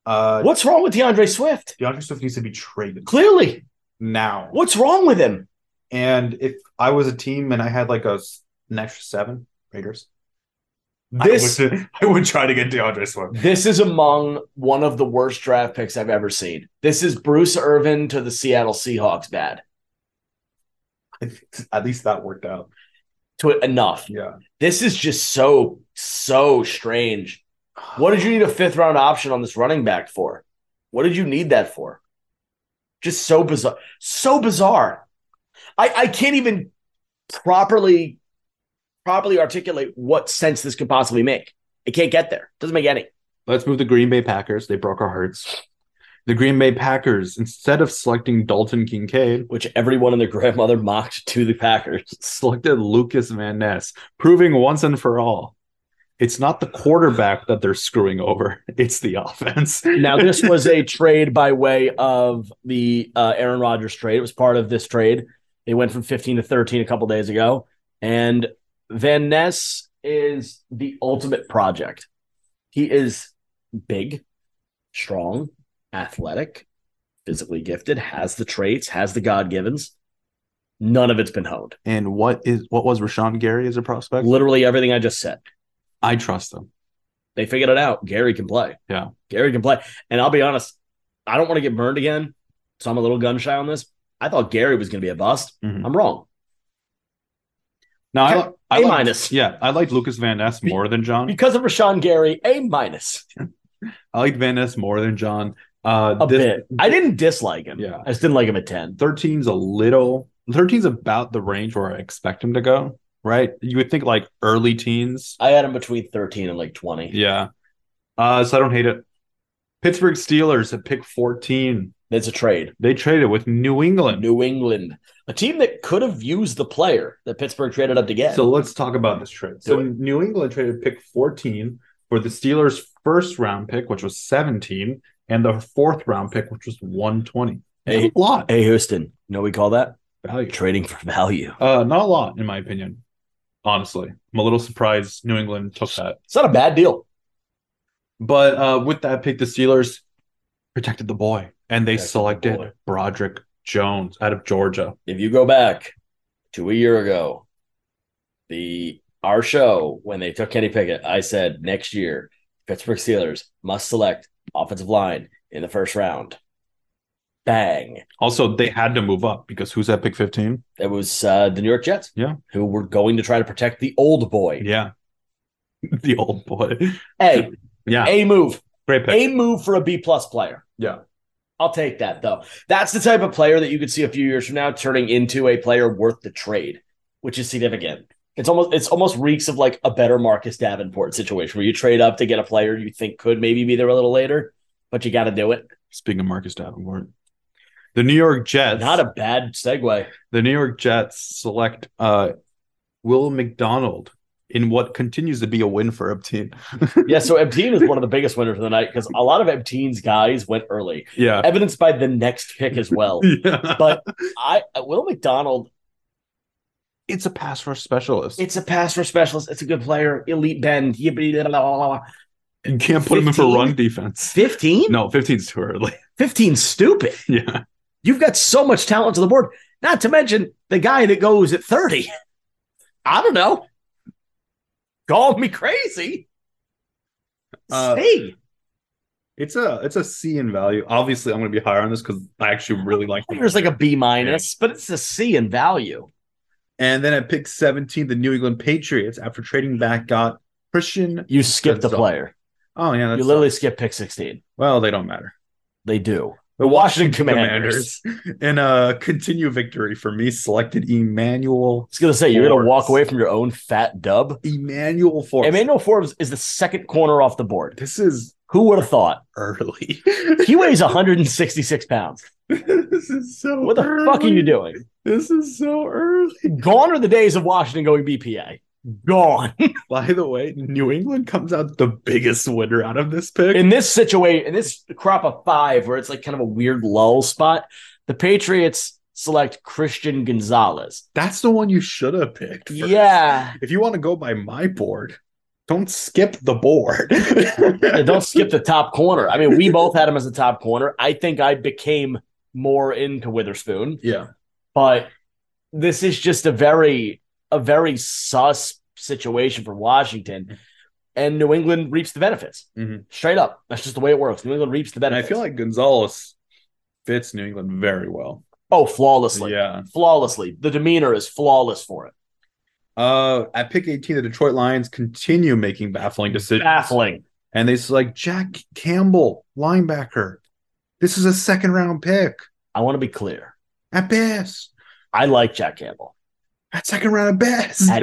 Speaker 2: Uh,
Speaker 1: What's wrong with DeAndre Swift?
Speaker 2: DeAndre Swift needs to be traded
Speaker 1: Clearly,
Speaker 2: now.
Speaker 1: what's wrong with him?
Speaker 2: And if I was a team and I had like a s- an extra seven Raiders,
Speaker 1: This
Speaker 2: I would, I would try to get DeAndre Swift.
Speaker 1: this is among one of the worst draft picks I've ever seen. This is Bruce Irvin to the Seattle Seahawks bad.
Speaker 2: At least that worked out.
Speaker 1: To enough.
Speaker 2: Yeah.
Speaker 1: This is just so so strange. What did you need a fifth round option on this running back for? What did you need that for? Just so bizarre. So bizarre. I, I can't even properly properly articulate what sense this could possibly make. I can't get there. Doesn't make any.
Speaker 2: Let's move the Green Bay Packers. They broke our hearts. The Green Bay Packers, instead of selecting Dalton Kincaid,
Speaker 1: Which everyone and their grandmother mocked to the Packers.
Speaker 2: selected Lucas Van Ness, proving once and for all it's not the quarterback that they're screwing over, it's the offense.
Speaker 1: Now, this was a trade by way of the uh, Aaron Rodgers trade. It was part of this trade. They went from 15 to 13 a couple days ago. And Van Ness is the ultimate project. He is big, strong, athletic, physically gifted, has the traits, has the God givens. None of it's been honed.
Speaker 2: And what is what was Rashawn Gary as a prospect?
Speaker 1: Literally everything I just said.
Speaker 2: I trust them.
Speaker 1: They figured it out. Gary can play.
Speaker 2: Yeah.
Speaker 1: Gary can play. And I'll be honest, I don't want to get burned again. So I'm a little gun shy on this. I thought Gary was going to be a bust.
Speaker 2: Mhm.
Speaker 1: I'm wrong.
Speaker 2: Now I, li- I
Speaker 1: A
Speaker 2: like
Speaker 1: minus.
Speaker 2: Yeah, I liked Lucas Van Ness
Speaker 1: Be-
Speaker 2: more than John.
Speaker 1: Because of Rashawn Gary, A minus.
Speaker 2: I liked Van Ness more than John. Uh,
Speaker 1: A
Speaker 2: this-
Speaker 1: bit. I didn't dislike him.
Speaker 2: Yeah.
Speaker 1: I just didn't like him at 10.
Speaker 2: 13's a little 13's about the range where I expect him to go, right? You would think like early teens.
Speaker 1: I had him between 13 and like 20.
Speaker 2: Yeah. Uh, so I don't hate it. Pittsburgh Steelers at pick 14.
Speaker 1: That's a trade.
Speaker 2: They traded with New England.
Speaker 1: New England, a team that could have used the player that Pittsburgh traded up to get.
Speaker 2: So let's talk about this trade. So New England traded pick 14 for the Steelers' first round pick, which was 17, and the fourth round pick, which was 120. Not
Speaker 1: Hey.
Speaker 2: a lot
Speaker 1: hey, Houston, you know what we call that?
Speaker 2: value.
Speaker 1: Trading for value.
Speaker 2: Uh, not a lot, in my opinion. Honestly, I'm a little surprised New England took that.
Speaker 1: It's not a bad deal.
Speaker 2: But uh, with that pick, the Steelers protected the boy, and they
Speaker 1: Protected the
Speaker 2: selected
Speaker 1: boy.
Speaker 2: Broderick Jones out of Georgia.
Speaker 1: if you go back to a year ago, the our show when they took Kenny Pickett, I said next year Pittsburgh Steelers must select offensive line in the first round. Bang!
Speaker 2: Also, they had to move up because who's at pick 15?
Speaker 1: It was uh, the New York Jets,
Speaker 2: Yeah.
Speaker 1: who were going to try to protect the old boy.
Speaker 2: Yeah, the old boy.
Speaker 1: Hey,
Speaker 2: Yeah,
Speaker 1: a move,
Speaker 2: great pick.
Speaker 1: a move for a B plus player.
Speaker 2: Yeah.
Speaker 1: I'll take that though. That's the type of player that you could see a few years from now turning into a player worth the trade, which is significant. It's almost it's almost reeks of like a better Marcus Davenport situation where you trade up to get a player you think could maybe be there a little later, but you got to do it.
Speaker 2: Speaking of Marcus Davenport, the New York Jets.
Speaker 1: Not a bad segue.
Speaker 2: the New York Jets select uh, Will McDonald in what continues to be a win for Upteen.
Speaker 1: Yeah, so Ebteen is one of the biggest winners of the night because a lot of Ebteen's guys went early,
Speaker 2: Yeah.
Speaker 1: evidenced by the next pick as well.
Speaker 2: yeah.
Speaker 1: But I Will McDonald
Speaker 2: it's a pass rush specialist.
Speaker 1: It's a pass for specialist. It's a good player. Elite bend.
Speaker 2: you can't put him in for
Speaker 1: 15?
Speaker 2: run defense.
Speaker 1: 15?
Speaker 2: No, 15's too early.
Speaker 1: 15 stupid.
Speaker 2: yeah.
Speaker 1: You've got so much talent to the board. Not to mention the guy that goes at 30. I don't know. Call me crazy.
Speaker 2: Uh,
Speaker 1: Hey,
Speaker 2: It's a it's a C in value. Obviously, I'm gonna be higher on this because I actually really like them.
Speaker 1: there's like a B minus, but it's a C in value.
Speaker 2: And then at pick 17, the New England Patriots, after trading back, got Christian.
Speaker 1: You skip the
Speaker 2: That's all.
Speaker 1: player.
Speaker 2: Oh yeah,
Speaker 1: You
Speaker 2: that's
Speaker 1: literally skip pick 16.
Speaker 2: well, they don't matter.
Speaker 1: They do.
Speaker 2: The
Speaker 1: Washington Commanders.
Speaker 2: and uh continue victory for me selected Emmanuel
Speaker 1: I was gonna say you're gonna
Speaker 2: Forbes.
Speaker 1: walk away from your own fat dub.
Speaker 2: Emmanuel Forbes.
Speaker 1: Emmanuel Forbes is the second corner off the board.
Speaker 2: this is
Speaker 1: Who would have thought?
Speaker 2: early.
Speaker 1: He weighs 166 pounds.
Speaker 2: this is so
Speaker 1: What the fuck are you
Speaker 2: early.
Speaker 1: doing?
Speaker 2: This is so early.
Speaker 1: Gone are the days of Washington going BPA. Gone.
Speaker 2: By the way, New England comes out the biggest winner out of this pick.
Speaker 1: In this situation, in this crop of five, where it's like kind of a weird lull spot, the Patriots select Christian Gonzalez.
Speaker 2: That's the one you should have picked. first.
Speaker 1: Yeah.
Speaker 2: If you want to go by my board, don't skip the board.
Speaker 1: And don't skip the top corner. I mean, we both had him as a top corner. I think I became more into Witherspoon,
Speaker 2: Yeah.
Speaker 1: but this is just a very a very sus situation for
Speaker 2: Mm-hmm.
Speaker 1: Washington. And New England reaps the benefits.
Speaker 2: Mhm.
Speaker 1: Straight up. That's just the way it works. New England reaps the
Speaker 2: And I
Speaker 1: benefits.
Speaker 2: feel like Gonzalez fits New England very well.
Speaker 1: oh, flawlessly.
Speaker 2: Yeah.
Speaker 1: Flawlessly. The demeanor is flawless for it.
Speaker 2: Uh, at pick 18, the Detroit Lions continue making baffling decisions.
Speaker 1: Baffling.
Speaker 2: And they select Jack Campbell, linebacker. This is a second round pick
Speaker 1: I want to be clear.
Speaker 2: at best.
Speaker 1: I like Jack Campbell.
Speaker 2: At second round at best.
Speaker 1: At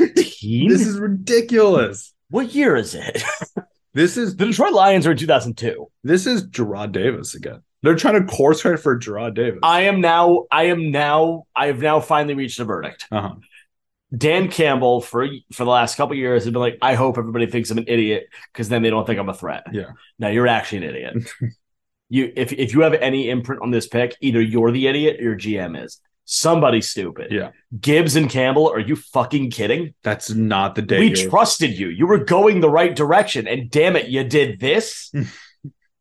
Speaker 1: 18?
Speaker 2: this is ridiculous.
Speaker 1: what year is it?
Speaker 2: This is
Speaker 1: The Detroit Lions are in 2002.
Speaker 2: this is Gerard Davis again. They're trying to course correct for Gerard Davis.
Speaker 1: I am now, I am now, I have now finally reached a verdict.
Speaker 2: uh-huh.
Speaker 1: Dan Campbell for for the last couple of years has been like, I hope everybody thinks I'm an idiot because then they don't think I'm a threat.
Speaker 2: Yeah.
Speaker 1: No, you're actually an idiot. you if if you have any imprint on this pick, either you're the idiot or your GM is. Somebody's stupid.
Speaker 2: Yeah.
Speaker 1: Gibbs and Campbell, are you fucking kidding?
Speaker 2: That's not the day.
Speaker 1: we
Speaker 2: you
Speaker 1: trusted you. You were going the right direction, and damn it, you did this.
Speaker 2: Mm.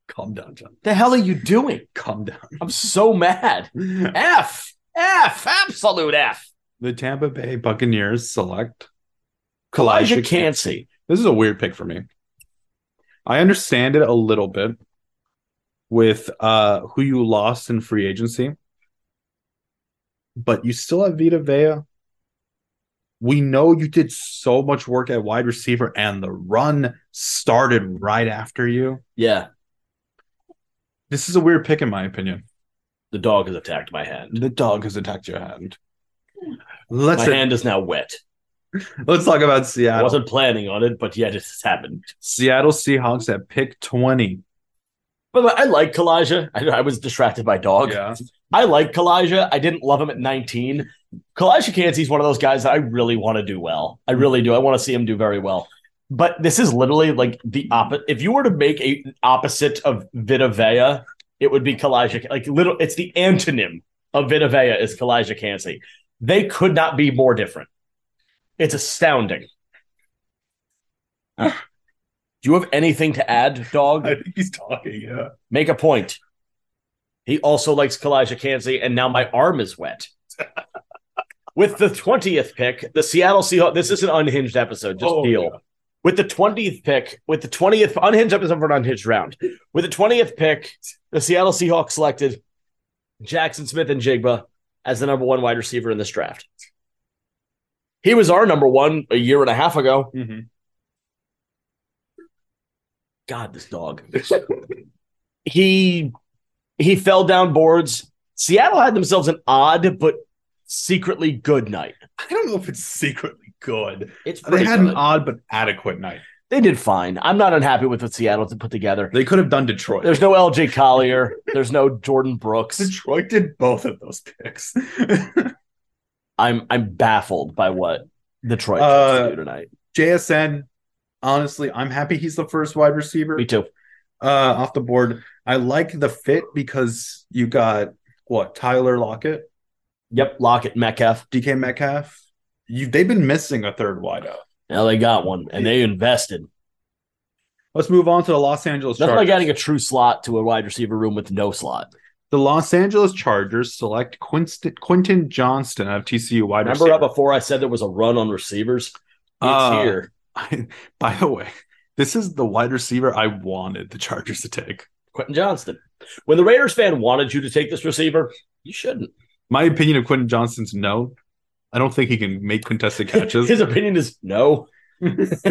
Speaker 2: calm down, John.
Speaker 1: the hell are you doing?
Speaker 2: Calm
Speaker 1: I'm so mad.
Speaker 2: down.
Speaker 1: F F absolute F.
Speaker 2: the Tampa Bay Buccaneers select
Speaker 1: Elijah
Speaker 2: Kalijah Can-
Speaker 1: Cansey.
Speaker 2: This is a weird pick for me. I understand it a little bit with uh who you lost in free agency, but you still have Vita Vea. We know you did so much work at wide receiver, and the run started right after you.
Speaker 1: Yeah,
Speaker 2: This is a weird pick, in my opinion.
Speaker 1: the dog has attacked my hand.
Speaker 2: The dog has attacked your hand. Let's
Speaker 1: my hand is now wet.
Speaker 2: let's talk about
Speaker 1: I
Speaker 2: Seattle.
Speaker 1: wasn't planning on it, but yet it's happened.
Speaker 2: Seattle Seahawks at pick twenty.
Speaker 1: By the way, I like Kalijah. I, I was distracted by dog.
Speaker 2: Yeah.
Speaker 1: I like Kalijah. I didn't love him at 19. Kalijah Kansey is one of those guys that I really want to do well. I really do. I want to see him do very well. But this is literally like the opposite. If you were to make a opposite of Vitavea, it would be Kalijah. Like little, it's the antonym of Vitavea is Kalijah Kansey. They could not be more different. It's astounding. do you have anything to add, dog?
Speaker 2: I think he's talking. Yeah.
Speaker 1: Make a point. He also likes Kalijah Kansey, and now my arm is wet. With the 20th pick, the Seattle Seahawks. This is an unhinged episode, just
Speaker 2: Oh,
Speaker 1: deal.
Speaker 2: yeah.
Speaker 1: With the 20th pick, with the 20th unhinged episode for an unhinged round. With the 20th pick, the Seattle Seahawks selected Jackson Smith and Jigba as the number one wide receiver in this draft. He was our number one a year and a half ago.
Speaker 2: Mm-hmm.
Speaker 1: God, this dog. he he fell down boards. Seattle had themselves an odd but secretly good night.
Speaker 2: I don't know if it's secretly good.
Speaker 1: It's
Speaker 2: They
Speaker 1: pretty
Speaker 2: had
Speaker 1: good.
Speaker 2: an odd but adequate night.
Speaker 1: they did fine. I'm not unhappy with what Seattle to put together.
Speaker 2: They could have done Detroit.
Speaker 1: There's no LJ Collier. There's no Jordan Brooks.
Speaker 2: Detroit did both of those picks.
Speaker 1: I'm I'm baffled by what Detroit
Speaker 2: Uh,
Speaker 1: chose to do tonight.
Speaker 2: JSN, honestly, I'm happy he's the first wide receiver
Speaker 1: Me too.
Speaker 2: uh, off the board. I like the fit because you got what Tyler Lockett,
Speaker 1: Yep, Lockett, Metcalf.
Speaker 2: DK Metcalf. You they've been missing a third wideout.
Speaker 1: Now they got one, and they invested.
Speaker 2: Let's move on to the Los Angeles
Speaker 1: Nothing
Speaker 2: Chargers.
Speaker 1: like adding a true slot to a wide receiver room with no slot.
Speaker 2: the Los Angeles Chargers select Quinston, Quinton Johnston of TCU wide
Speaker 1: Remember
Speaker 2: receiver.
Speaker 1: up before I said there was a run on receivers. It's
Speaker 2: Uh,
Speaker 1: here.
Speaker 2: I, by the way, this is the wide receiver I wanted the Chargers to take.
Speaker 1: Quentin Johnston. When the Raiders fan wanted you to take this receiver, you shouldn't.
Speaker 2: My opinion of Quentin Johnson's no. I don't think he can make contested catches.
Speaker 1: His opinion is no.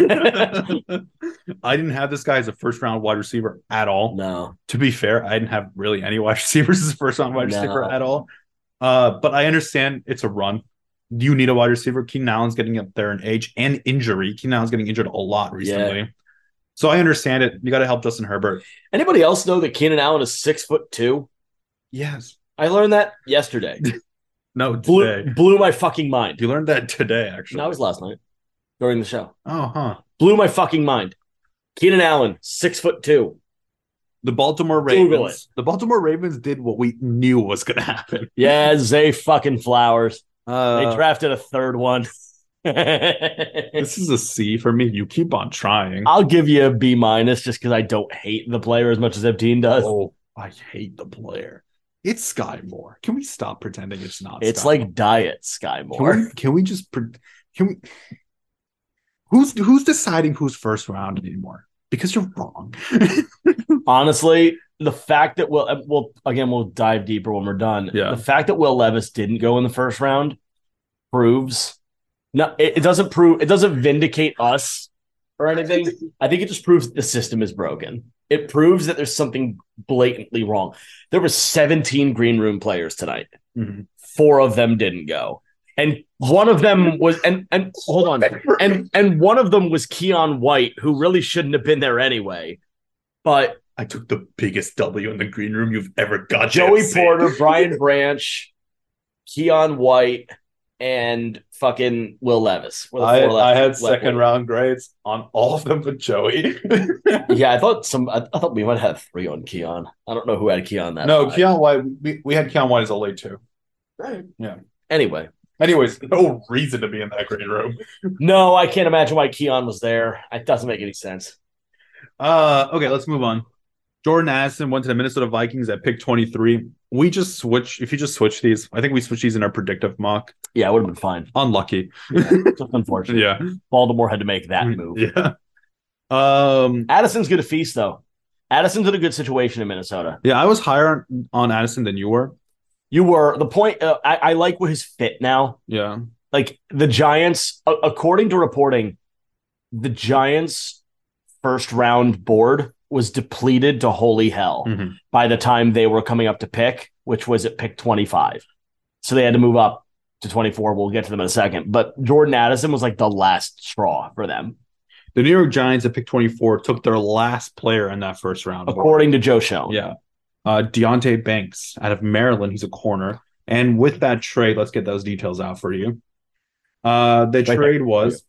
Speaker 2: I didn't have this guy as a first round wide receiver at all.
Speaker 1: No.
Speaker 2: To be fair, I didn't have really any wide receivers as a first round wide
Speaker 1: No.
Speaker 2: receiver at all. Uh, but I understand it's a run. You need a wide receiver. Keenan Allen's getting up there in age and injury. Keenan Allen's getting injured a lot recently. So I understand it. You got to help Justin Herbert.
Speaker 1: Anybody else know that Keenan Allen is six foot two?
Speaker 2: Yes.
Speaker 1: I learned that yesterday.
Speaker 2: No,
Speaker 1: Blew,
Speaker 2: today.
Speaker 1: blew my fucking mind.
Speaker 2: You learned that today, actually.
Speaker 1: No, it was last night during the show.
Speaker 2: Oh, huh.
Speaker 1: Blew my fucking mind. Keenan Allen, six foot two.
Speaker 2: The Baltimore
Speaker 1: Google
Speaker 2: Ravens. The Baltimore Ravens did what we knew was going to happen.
Speaker 1: Yeah, Zay fucking Flowers.
Speaker 2: Uh,
Speaker 1: they drafted a third one.
Speaker 2: this is a C for me. You keep on trying.
Speaker 1: I'll give you a B minus just because I don't hate the player as much as Epteen does.
Speaker 2: oh, I hate the player. It's Sky Moore. Can we stop pretending it's not?
Speaker 1: it's
Speaker 2: Sky
Speaker 1: like diet Sky
Speaker 2: Moore? can
Speaker 1: Moore.
Speaker 2: we, can we just pre- can we? Who's who's deciding who's first round anymore? Because you're wrong.
Speaker 1: Honestly, the fact that Will, uh, we'll again, we'll dive deeper when we're done.
Speaker 2: Yeah.
Speaker 1: The fact that Will Levis didn't go in the first round proves no, it, it doesn't prove it doesn't vindicate us or anything. I think it just proves that the system is broken. It proves that there's something blatantly wrong. There were 17 green room players tonight.
Speaker 2: Mhm.
Speaker 1: four of them didn't go. And one of them was and and hold on. And and one of them was Keon White, who really shouldn't have been there anyway. But
Speaker 2: I took the biggest W in the green room you've ever got.
Speaker 1: Joey Porter, Brian Branch, Keon White, and fucking Will Levis. were the
Speaker 2: I,
Speaker 1: four left-
Speaker 2: I had
Speaker 1: left-
Speaker 2: second round grades on all of them but Joey.
Speaker 1: Yeah, I thought some I, I thought we might have three on Keon. I don't know who had Keon that
Speaker 2: no,
Speaker 1: high.
Speaker 2: Keon White. We, we had Keon White as a late two.
Speaker 1: anyway.
Speaker 2: Anyways, no reason to be in that green room.
Speaker 1: No, I can't imagine why Keon was there. It doesn't make any sense.
Speaker 2: Uh, okay, let's move on. Jordan Addison went to the Minnesota Vikings at pick 23. We just switch. If you just switch these, I think we switched these in our predictive mock.
Speaker 1: Yeah, it would have been fine.
Speaker 2: Unlucky.
Speaker 1: Just unfortunate.
Speaker 2: Yeah.
Speaker 1: Baltimore had to make that
Speaker 2: Mm-hmm.
Speaker 1: move.
Speaker 2: Yeah. Um.
Speaker 1: Addison's going to feast, though. Addison's in a good situation in Minnesota.
Speaker 2: Yeah, I was higher on, on Addison than you were.
Speaker 1: You were the point. Uh, I, I like what his fit now.
Speaker 2: Yeah.
Speaker 1: Like the Giants, a- according to reporting, the Giants' first round board was depleted to holy hell
Speaker 2: Mhm.
Speaker 1: by the time they were coming up to pick, which was at pick 25. So they had to move up to 24. We'll get to them in a second. But Jordan Addison was like the last straw for them,
Speaker 2: The New York Giants at pick 24 took their last player in that first round.
Speaker 1: according to Joe Schoen.
Speaker 2: Yeah. Uh, Deontay Banks out of Maryland. He's a corner. And with that trade, let's get those details out for you. Uh, the
Speaker 1: there.
Speaker 2: trade was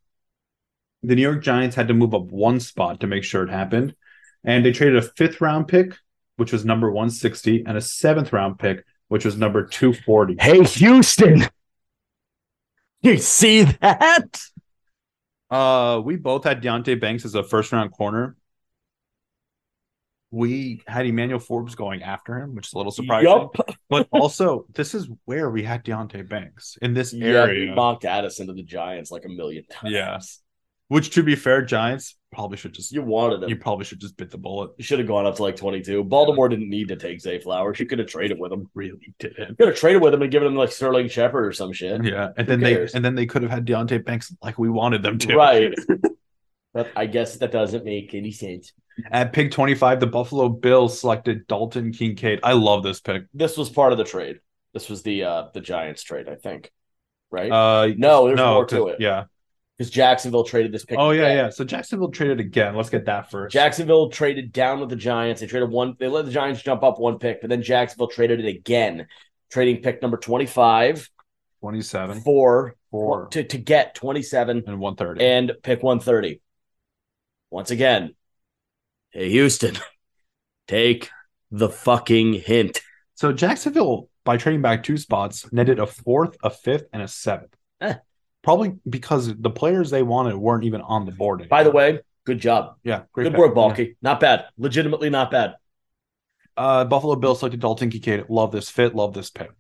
Speaker 2: the New York Giants had to move up one spot to make sure it happened. And they traded a fifth round pick, which was number 160, and a seventh round pick, which was number 240.
Speaker 1: Hey, Houston. You see that?
Speaker 2: Uh, we both had Deontay Banks as a first round corner. We had Emmanuel Forbes going after him, which is a little surprising.
Speaker 1: Yup.
Speaker 2: But also, this is where we had Deontay Banks in this
Speaker 1: Yeah,
Speaker 2: area.
Speaker 1: we mocked Addison to the Giants like a million times.
Speaker 2: yes. Which, to be fair, Giants probably should just
Speaker 1: You wanted him.
Speaker 2: you
Speaker 1: You,
Speaker 2: probably should just bit the bullet.
Speaker 1: should have gone up to like 22. Baltimore didn't need to take Zay Flowers. You could have traded with him.
Speaker 2: Really did
Speaker 1: You could have traded with him and given him like Sterling Shepard or some shit.
Speaker 2: Yeah, and
Speaker 1: Who
Speaker 2: then they
Speaker 1: cares?
Speaker 2: and then they could have had Deontay Banks like we wanted them to.
Speaker 1: Right. but I guess that doesn't make any sense.
Speaker 2: At pick twenty five, the Buffalo Bills selected Dalton Kincaid. I love this pick.
Speaker 1: This was part of the trade. This was the uh the Giants trade, I think. Right?
Speaker 2: Uh,
Speaker 1: no, there's
Speaker 2: no,
Speaker 1: more to
Speaker 2: 'cause-
Speaker 1: it.
Speaker 2: Yeah.
Speaker 1: Because Jacksonville traded this pick.
Speaker 2: Oh yeah,
Speaker 1: back.
Speaker 2: yeah. So Jacksonville traded again. Let's get that first.
Speaker 1: Jacksonville traded down with the Giants. They traded one. They let the Giants jump up one pick, but then Jacksonville traded it again, trading pick number twenty-five
Speaker 2: twenty-seven,
Speaker 1: for
Speaker 2: four,
Speaker 1: to, to get twenty-seven
Speaker 2: and one thirty.
Speaker 1: and pick one thirty. Once again, hey Houston, take the fucking hint.
Speaker 2: So Jacksonville, by trading back two spots, netted a fourth, a fifth, and a seventh.
Speaker 1: Eh.
Speaker 2: Probably because the players they wanted weren't even on the board.
Speaker 1: By the
Speaker 2: anymore.
Speaker 1: way, good job,
Speaker 2: yeah, great
Speaker 1: good
Speaker 2: pick.
Speaker 1: work, Balky. Not bad, legitimately not bad.
Speaker 2: Uh, Buffalo Bills selected Dalton Kincaid. Love this fit. Love this pick.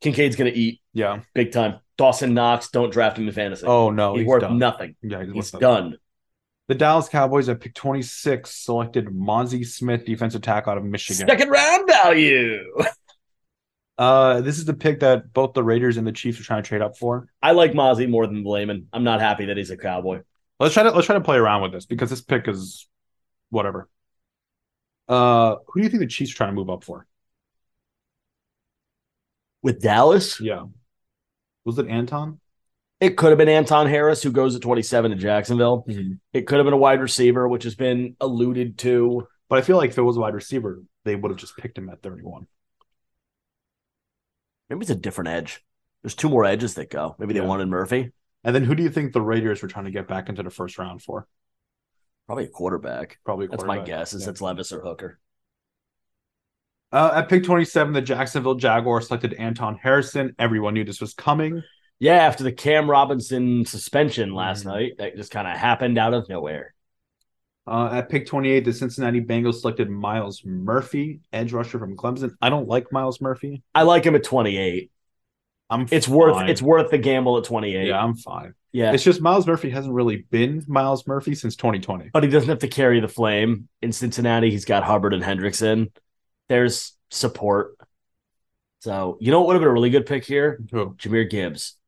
Speaker 1: Kincaid's gonna eat
Speaker 2: Yeah.
Speaker 1: big time. Dawson Knox, don't draft him in fantasy.
Speaker 2: Oh no,
Speaker 1: he's,
Speaker 2: he's,
Speaker 1: worth
Speaker 2: done.
Speaker 1: nothing.
Speaker 2: Yeah, he's,
Speaker 1: He's
Speaker 2: worth nothing.
Speaker 1: done.
Speaker 2: The Dallas Cowboys at pick twenty six selected Monzie Smith, defensive tackle out of Michigan.
Speaker 1: Second round value.
Speaker 2: Uh, this is the pick that both the Raiders and the Chiefs are trying to trade up for.
Speaker 1: I like Mozzie more than Lehman. I'm not happy that he's a cowboy.
Speaker 2: Let's try to let's try to play around with this because this pick is whatever. Uh who do you think the Chiefs are trying to move up for?
Speaker 1: With Dallas,
Speaker 2: Yeah. Was it Anton?
Speaker 1: it could have been Anton Harris who goes at 27 to Jacksonville. It could have been a wide receiver, which has been alluded to.
Speaker 2: But I feel like if it was a wide receiver, they would have just picked him at 31.
Speaker 1: Maybe it's a different edge. There's two more edges that go. Maybe they
Speaker 2: Yeah.
Speaker 1: wanted Murphy,
Speaker 2: And then who do you think the Raiders were trying to get back into the first round for?
Speaker 1: probably a quarterback.
Speaker 2: Probably a
Speaker 1: That's my
Speaker 2: quarterback.
Speaker 1: guess. Is
Speaker 2: Yeah.
Speaker 1: it's Levis or Hooker?
Speaker 2: Uh, at pick 27, the Jacksonville Jaguars selected Anton Harrison. Everyone knew this was coming.
Speaker 1: Yeah, after the Cam Robinson suspension last
Speaker 2: Mhm.
Speaker 1: night, that just kind of happened out of nowhere.
Speaker 2: Uh, at pick 28, the Cincinnati Bengals selected Miles Murphy, edge rusher from Clemson. I don't like Miles Murphy.
Speaker 1: I like him at 28.
Speaker 2: I'm
Speaker 1: It's worth
Speaker 2: fine.
Speaker 1: it's worth the gamble at 28.
Speaker 2: yeah, I'm fine.
Speaker 1: Yeah.
Speaker 2: It's just Miles Murphy hasn't really been Miles Murphy since 2020.
Speaker 1: but he doesn't have to carry the flame. In Cincinnati, he's got Hubbard and Hendrickson. There's support. So, you know what would have been a really good pick here?
Speaker 2: Who?
Speaker 1: Jameer Gibbs.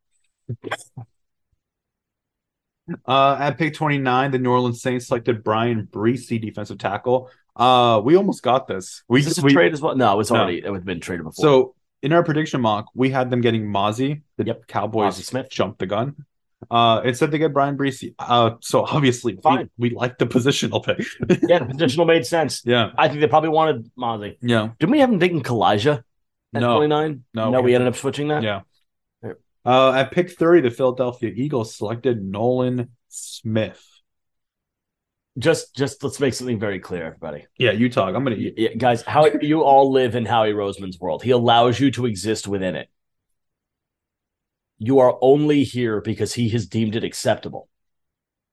Speaker 2: Uh, at pick 29, the New Orleans Saints selected Brian Breesy, defensive tackle. Uh, we almost got this. We,
Speaker 1: Is this a
Speaker 2: we
Speaker 1: trade as well? No, it's
Speaker 2: No.
Speaker 1: already it would have been traded before.
Speaker 2: so in our prediction mock, we had them getting Mozzie. The
Speaker 1: Yep.
Speaker 2: Cowboys
Speaker 1: Ozzie Smith.
Speaker 2: jumped the gun. Uh, it said they get Brian Breesy. Uh, so obviously, we-
Speaker 1: Fine.
Speaker 2: we, like the positional pick.
Speaker 1: yeah, the positional made sense.
Speaker 2: yeah,
Speaker 1: I think they probably wanted Mozzie.
Speaker 2: yeah,
Speaker 1: Didn't we have him taking Kalijah at
Speaker 2: No.
Speaker 1: 29?
Speaker 2: No.
Speaker 1: No, we ended up switching that.
Speaker 2: yeah.
Speaker 1: Yeah.
Speaker 2: Uh, at pick 30, the Philadelphia Eagles selected Nolan Smith.
Speaker 1: Just just let's make something very clear, everybody.
Speaker 2: Yeah, Utah. I'm gonna
Speaker 1: Y-
Speaker 2: eat.
Speaker 1: yeah, guys, how you all live in Howie Roseman's world. He allows you to exist within it. You are only here because he has deemed it acceptable.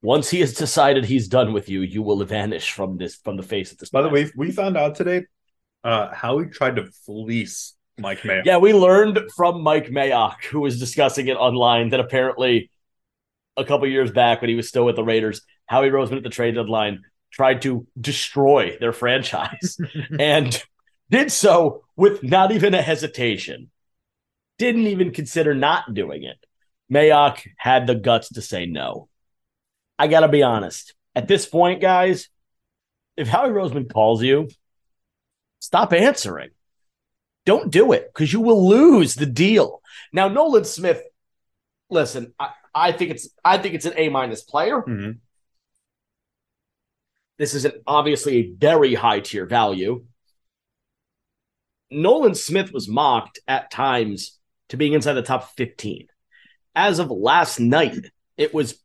Speaker 1: Once he has decided he's done with you, you will vanish from this from the face of this.
Speaker 2: By the
Speaker 1: planet.
Speaker 2: way, we found out today uh how he tried to fleece Mike Mayo.
Speaker 1: yeah, we learned from Mike Mayock, who was discussing it online, that apparently a couple years back when he was still with the Raiders, Howie Roseman at the trade deadline tried to destroy their franchise and did so with not even a hesitation. Didn't even consider not doing it. Mayock had the guts to say no. I got to be honest. At this point, guys, if Howie Roseman calls you, stop answering. Don't do it because you will lose the deal. Now, Nolan Smith, listen, I, I think it's I think it's an A minus player.
Speaker 2: Mhm.
Speaker 1: This is an obviously a very high tier value. Nolan Smith was mocked at times to being inside the top 15. As of last night, it was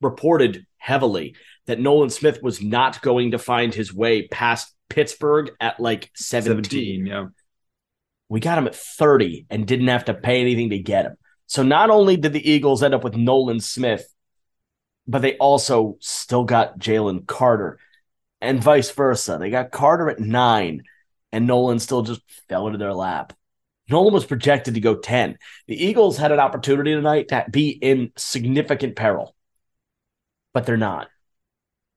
Speaker 1: reported heavily that Nolan Smith was not going to find his way past Pittsburgh at like 17
Speaker 2: yeah.
Speaker 1: we got him at 30 and didn't have to pay anything to get him. So not only did the Eagles end up with Nolan Smith, but they also still got Jalen Carter and vice versa. They got Carter at nine and Nolan still just fell into their lap. Nolan was projected to go 10. The Eagles had an opportunity tonight to be in significant peril, but they're not.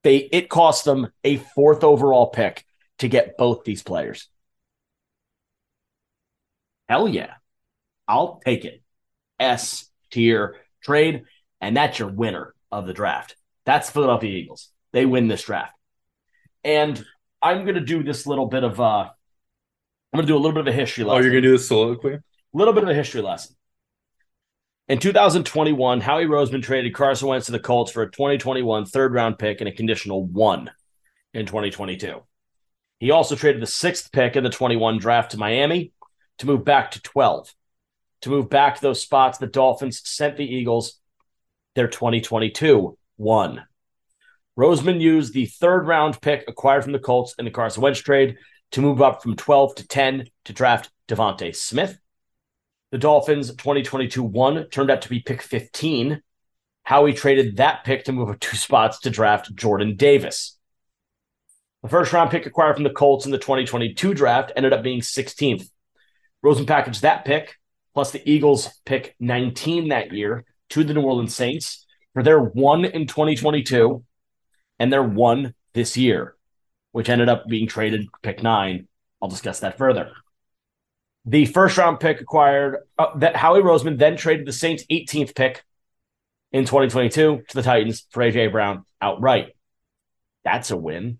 Speaker 1: They it cost them a fourth overall pick to get both these players. Hell yeah. I'll take it. S tier trade. And that's your winner of the draft. That's Philadelphia Eagles. They win this draft. And I'm going to do this little bit of, uh, I'm going to do a little bit of a history lesson.
Speaker 2: Oh, you're gonna do the soliloquy?
Speaker 1: little bit of a history lesson. In 2021, Howie Roseman traded Carson Wentz to the Colts for a 2021 third round pick and a conditional one in 2022. He also traded the sixth pick in the 21 draft to Miami to move back to 12. To move back to those spots, the Dolphins sent the Eagles their 2022 one. Roseman used the third round pick acquired from the Colts in the Carson Wentz trade to move up from 12 to 10 to draft Devontae Smith. The Dolphins 2022 one turned out to be pick 15. Howie traded that pick to move up two spots to draft Jordan Davis. The first round pick acquired from the Colts in the 2022 draft ended up being 16th. Rosen packaged that pick plus the Eagles pick 19 that year to the New Orleans Saints for their one in 2022 and their one this year, which ended up being traded pick nine. I'll discuss that further the first round pick acquired uh, that Howie Roseman then traded the Saints 18th pick in 2022 to the Titans for AJ Brown outright. That's a win.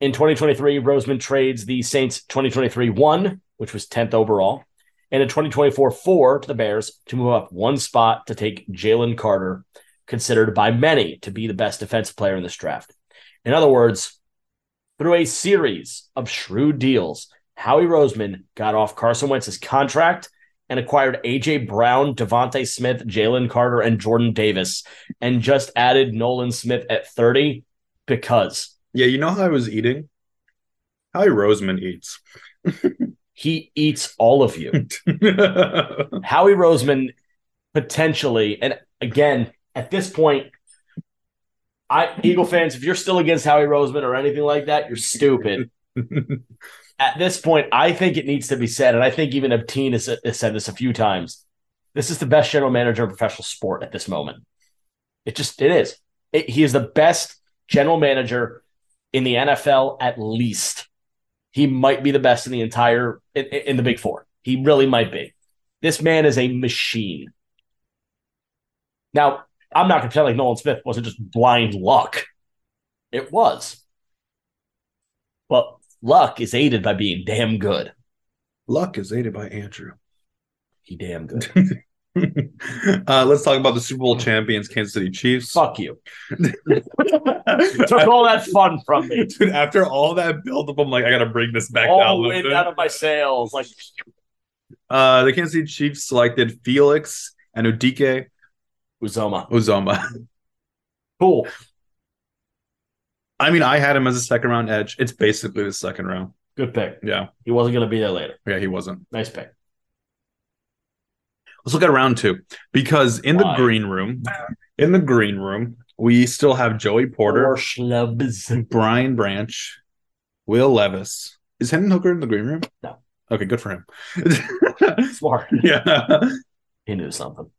Speaker 1: In 2023, Roseman trades the Saints 2023 1, which was 10th overall, and in 2024 4 to the Bears to move up one spot to take Jalen Carter, considered by many to be the best defensive player in this draft. In other words, through a series of shrewd deals, Howie Roseman got off Carson Wentz's contract and acquired AJ Brown, Devontae Smith, Jalen Carter, and Jordan Davis, and just added Nolan Smith at 30 because
Speaker 2: Yeah, you know how I was eating? Howie Roseman eats.
Speaker 1: he eats all of you. Howie Roseman potentially, and again, at this point, I Eagle fans, if you're still against Howie Roseman or anything like that, you're stupid. at this point, I think it needs to be said, and I think even Abteen has, has said this a few times. This is the best general manager in professional sport at this moment. It just it is. It, he is the best general manager in the NFL at least. He might be the best in the entire in, in the Big 4. He really might be. This man is a machine. Now, I'm not going to pretend like Nolan Smith wasn't just blind luck. It was. But luck is aided by being damn good.
Speaker 2: Luck is aided by Andrew.
Speaker 1: He damn good.
Speaker 2: uh, let's talk about the Super Bowl champions, Kansas City Chiefs.
Speaker 1: Fuck you. Took all that fun from me.
Speaker 2: Dude, after all that buildup, I'm like, I gotta bring this back down. a
Speaker 1: All
Speaker 2: little
Speaker 1: wind
Speaker 2: bit.
Speaker 1: out of my sails. Like
Speaker 2: Uh, the Kansas City Chiefs selected Felix and Odike
Speaker 1: Uzoma.
Speaker 2: Ozoma.
Speaker 1: Cool.
Speaker 2: I mean, I had him as a second round edge. It's basically the second round.
Speaker 1: Good pick.
Speaker 2: Yeah,
Speaker 1: He wasn't going to be there later.
Speaker 2: yeah, he wasn't.
Speaker 1: Nice pick.
Speaker 2: Let's look at round two because in
Speaker 1: Why?
Speaker 2: the green room, in the green room, we still have Joey Porter,
Speaker 1: Or schlubs.
Speaker 2: Brian Branch, Will Levis. Is Hendon Hooker in the green room?
Speaker 1: No.
Speaker 2: Okay, good for him.
Speaker 1: Smart.
Speaker 2: yeah.
Speaker 1: He knew something.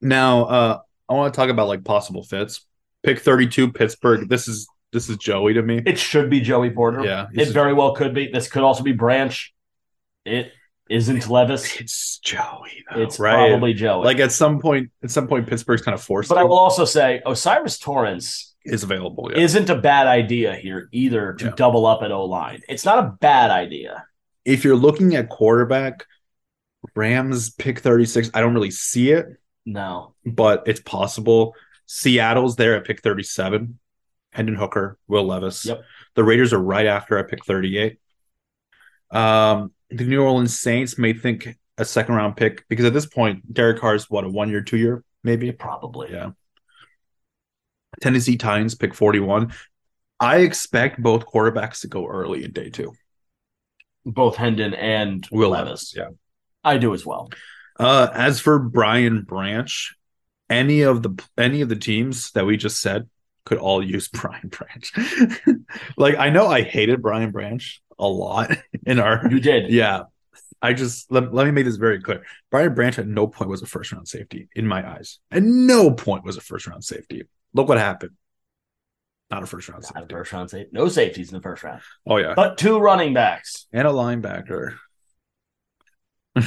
Speaker 2: Now, uh, I want to talk about like possible fits. Pick thirty-two, Pittsburgh. This is this is Joey to me.
Speaker 1: It should be Joey Porter.
Speaker 2: Yeah,
Speaker 1: It
Speaker 2: this is-
Speaker 1: very well could be. This could also be Branch. It isn't Levis.
Speaker 2: it's Joey. Though,
Speaker 1: It's
Speaker 2: right?
Speaker 1: probably Joey.
Speaker 2: like at some point, at some point, Pittsburgh's kind of forced.
Speaker 1: but I
Speaker 2: him.
Speaker 1: will also say Osiris Torrance
Speaker 2: is available. Yeah.
Speaker 1: isn't a bad idea here either to
Speaker 2: Yeah.
Speaker 1: double up at O line. It's not a bad idea.
Speaker 2: if you're looking at quarterback, Rams pick 36. I don't really see it,
Speaker 1: No.
Speaker 2: but it's possible. Seattle's there at pick 37. Hendon Hooker, Will Levis.
Speaker 1: Yep.
Speaker 2: The Raiders are right after at pick 38. Um, the New Orleans Saints may think a second round pick because at this point, Derek Carr's what a one year, two year, maybe.
Speaker 1: Probably.
Speaker 2: Yeah. Tennessee Titans pick 41. I expect both quarterbacks to go early in day two.
Speaker 1: Both Hendon and
Speaker 2: Will
Speaker 1: Levis.
Speaker 2: Levis. Yeah.
Speaker 1: I do as well.
Speaker 2: Uh, as for Brian Branch, any of the any of the teams that we just said could all use Brian Branch. like I know I hated Brian Branch a lot in our
Speaker 1: You did.
Speaker 2: yeah. I just let, let me make this very clear. Brian Branch at no point was a first round safety in my eyes. At no point was a first round safety. Look what happened. Not a first round
Speaker 1: Not a
Speaker 2: safety.
Speaker 1: first round save. No safeties in the first round,
Speaker 2: Oh yeah.
Speaker 1: but two running backs.
Speaker 2: And a linebacker.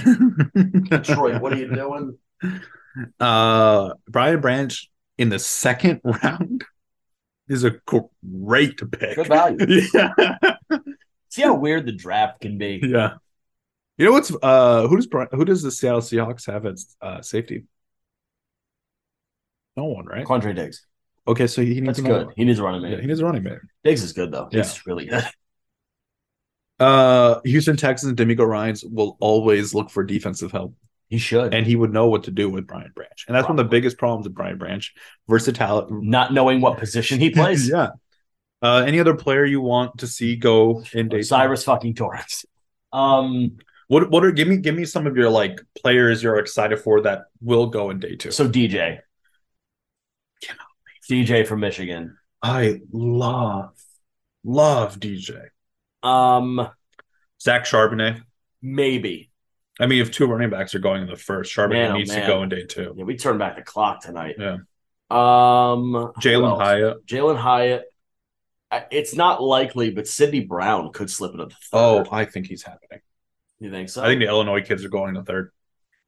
Speaker 1: Detroit, what are you doing?
Speaker 2: Uh, Brian Branch in the second round is a great pick.
Speaker 1: Good value.
Speaker 2: yeah,
Speaker 1: See how weird the draft can be.
Speaker 2: yeah. You know what's uh who does Bri- who does the Seattle Seahawks have at uh, safety? No one, right?
Speaker 1: Quandre Diggs.
Speaker 2: Okay, so he needs
Speaker 1: That's
Speaker 2: another
Speaker 1: good.
Speaker 2: one.
Speaker 1: He needs a running
Speaker 2: Yeah,
Speaker 1: back.
Speaker 2: he needs a running back.
Speaker 1: Diggs is good though.
Speaker 2: Yeah.
Speaker 1: Diggs is really good.
Speaker 2: Uh, Houston Texans D'Amico Ryan's will always look for defensive help,
Speaker 1: He should.
Speaker 2: and he would know what to do with Brian Branch, and that's one of the biggest problems with Brian Branch versatility,
Speaker 1: Not knowing what position he plays.
Speaker 2: yeah. Uh, any other player you want to see go in day? two?
Speaker 1: Cyrus fucking Torrance. Um,
Speaker 2: What what are give me give me some of your like players you're excited for that will go in day two.
Speaker 1: so DJ. DJ from Michigan.
Speaker 2: I love love DJ
Speaker 1: Um,
Speaker 2: Zach Charbonnet.
Speaker 1: maybe.
Speaker 2: I mean, if two running backs are going in the first, Charbonnet
Speaker 1: Man, oh,
Speaker 2: needs
Speaker 1: man.
Speaker 2: to go in day two.
Speaker 1: Yeah, we turned back the clock tonight.
Speaker 2: Yeah.
Speaker 1: Um
Speaker 2: Jalen
Speaker 1: who else?
Speaker 2: Hyatt.
Speaker 1: Jalen Hyatt. I- It's not likely, but Sidney Brown could slip into the third.
Speaker 2: Oh, I think he's happening.
Speaker 1: you think so?
Speaker 2: I think the Illinois kids are going in the third.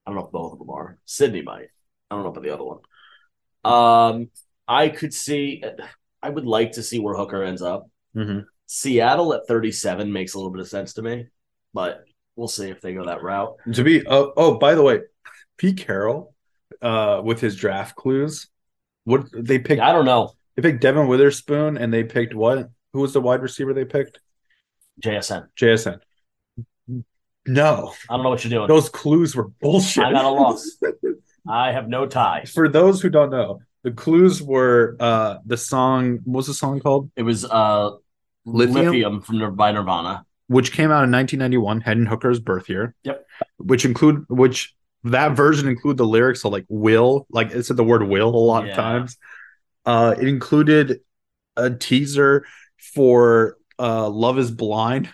Speaker 1: I don't know if both of them are. Sydney might. I don't know about the other one. Um, I could see. I would like to see where Hooker ends up.
Speaker 2: Mm-hmm.
Speaker 1: Seattle at 37 makes a little bit of sense to me, but we'll see if they go that route.
Speaker 2: To be oh oh by the way, Pete Carroll, uh, with his draft clues, what they picked
Speaker 1: I don't know.
Speaker 2: They picked Devin Witherspoon and they picked what? Who was the wide receiver they picked?
Speaker 1: JSN.
Speaker 2: JSN. No,
Speaker 1: I don't know what you're doing.
Speaker 2: those clues were bullshit.
Speaker 1: I'm at a loss. I have no tie.
Speaker 2: For those who don't know, the clues were uh the song what was the song called?
Speaker 1: It was uh,
Speaker 2: Lithium?
Speaker 1: lithium from Nir- by Nirvana.
Speaker 2: which came out in 1991, Hendon Hooker's birth year.
Speaker 1: Yep.
Speaker 2: Which include which that version included the lyrics of like will, like it said the word will a lot
Speaker 1: Yeah.
Speaker 2: of times. Uh, it included a teaser for uh, Love Is Blind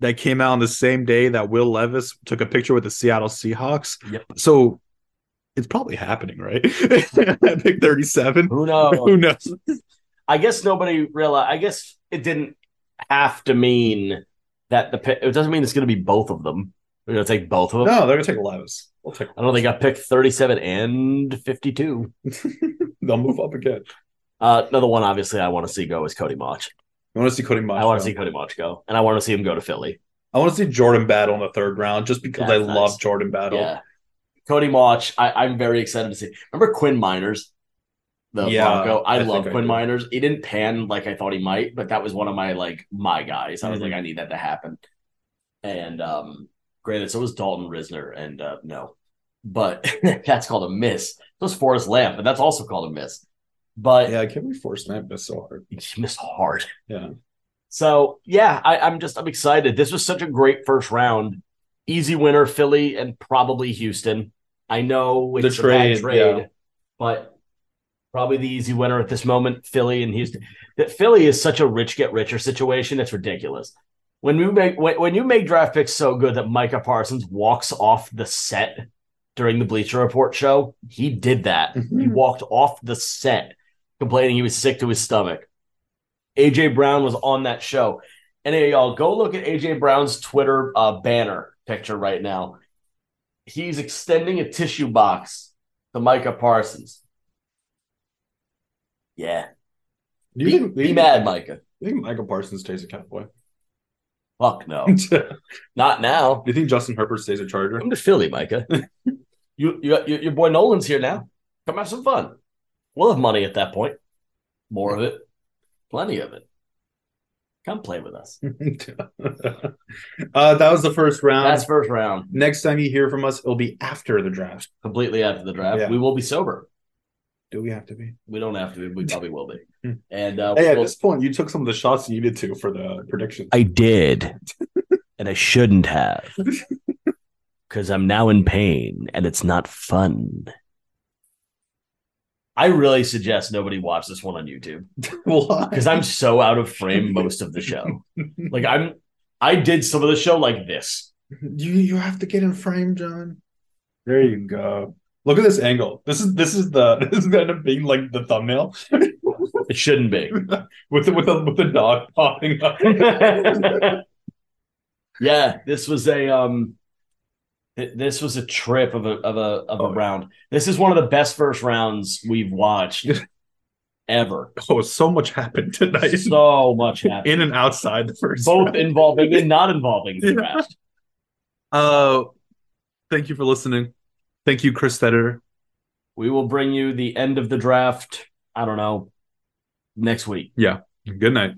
Speaker 2: that came out on the same day that Will Levis took a picture with the Seattle Seahawks.
Speaker 1: Yep.
Speaker 2: So it's probably happening, right? I think 37.
Speaker 1: Who knows?
Speaker 2: Who knows?
Speaker 1: I guess nobody realized. I guess it didn't have to mean that the pick. It doesn't mean it's going to be both of them. They're going to take both of them.
Speaker 2: No, they're gonna take Levis. We'll take.
Speaker 1: I don't think I picked 37 and 52.
Speaker 2: They'll move up again.
Speaker 1: Uh, another one, obviously, I want to see go is Cody Mach.
Speaker 2: I want to see Cody Mach.
Speaker 1: I want to see Cody Mach go, and I want to see him go to Philly.
Speaker 2: I want to see Jordan Battle in the third round just because I
Speaker 1: That's nice.
Speaker 2: love Jordan Battle.
Speaker 1: Yeah, Cody Mach. I, I'm very excited to see. Remember Quinn Miners, the
Speaker 2: Yeah,
Speaker 1: Bronco. I,
Speaker 2: I
Speaker 1: love
Speaker 2: think I
Speaker 1: Quinn
Speaker 2: do.
Speaker 1: Miners. He didn't pan like I thought he might, but that was one of my like my guys. I was
Speaker 2: Mhm.
Speaker 1: like, I need that to happen. And um, granted, so was Dalton Risner, and uh, no, but that's called a miss. So was Forrest Lamp, and that's also called a miss. But
Speaker 2: Yeah, I can't believe Forrest Knight missed so hard.
Speaker 1: he missed hard.
Speaker 2: Yeah.
Speaker 1: So yeah, I, I'm just I'm excited. This was such a great first round, easy winner, Philly and probably Houston. I know
Speaker 2: The
Speaker 1: it's a bad
Speaker 2: trade,
Speaker 1: trade,
Speaker 2: yeah.
Speaker 1: but probably the easy winner at this moment, Philly and Houston. That Philly is such a rich get richer situation. It's ridiculous. When you make when, when you make draft picks so good that Micah Parsons walks off the set during the Bleacher Report show, he did that. He
Speaker 2: Mhm.
Speaker 1: walked off the set complaining he was sick to his stomach. AJ Brown was on that show. And hey, y'all, go look at AJ Brown's Twitter uh, banner picture right now. He's extending a tissue box to Micah Parsons. Yeah.
Speaker 2: Do
Speaker 1: Be, be mad, Micah.
Speaker 2: Do you think Michael Parsons stays a Cowboy?
Speaker 1: Fuck no.
Speaker 2: Do
Speaker 1: Not now.
Speaker 2: you think Justin Herbert stays a Charger?
Speaker 1: Come to Philly, Micah. you, you, you, your boy Nolan's here now. Come have some fun. We'll have money at that point. More of it. Plenty of it. Come play with us.
Speaker 2: uh, that was the first round.
Speaker 1: That's first round.
Speaker 2: Next time you hear from us, it'll be after the draft.
Speaker 1: Completely after the draft.
Speaker 2: Yeah.
Speaker 1: We will be sober.
Speaker 2: Do we have to be?
Speaker 1: We don't have to be. We probably will be.
Speaker 2: Hmm.
Speaker 1: And uh,
Speaker 2: Hey, at
Speaker 1: we'll-
Speaker 2: this point, you took some of the shots you needed to for the predictions.
Speaker 1: I did, and I shouldn't have, because I'm now in pain and it's not fun. I really suggest nobody watch this one on YouTube
Speaker 2: Why?
Speaker 1: because I'm so out of frame most of the show. Like I'm, I did some of the show like this.
Speaker 2: You you have to get in frame, John. There you go. Look at this angle. This is this is the this is gonna end up being like the thumbnail
Speaker 1: It shouldn't be.
Speaker 2: with the, with a with a dog popping up.
Speaker 1: yeah, this was a um, th- this was a trip of a of a of a
Speaker 2: Oh, yeah.
Speaker 1: round. This is one of the best first rounds we've watched ever.
Speaker 2: oh, so much happened tonight.
Speaker 1: So much happened,
Speaker 2: in and outside the first.
Speaker 1: both
Speaker 2: round.
Speaker 1: involving and not involving the
Speaker 2: Yeah.
Speaker 1: draft.
Speaker 2: Uh, thank you for listening. Thank you, Chris Thetter.
Speaker 1: We will bring you the end of the draft. I don't know next week.
Speaker 2: Good night.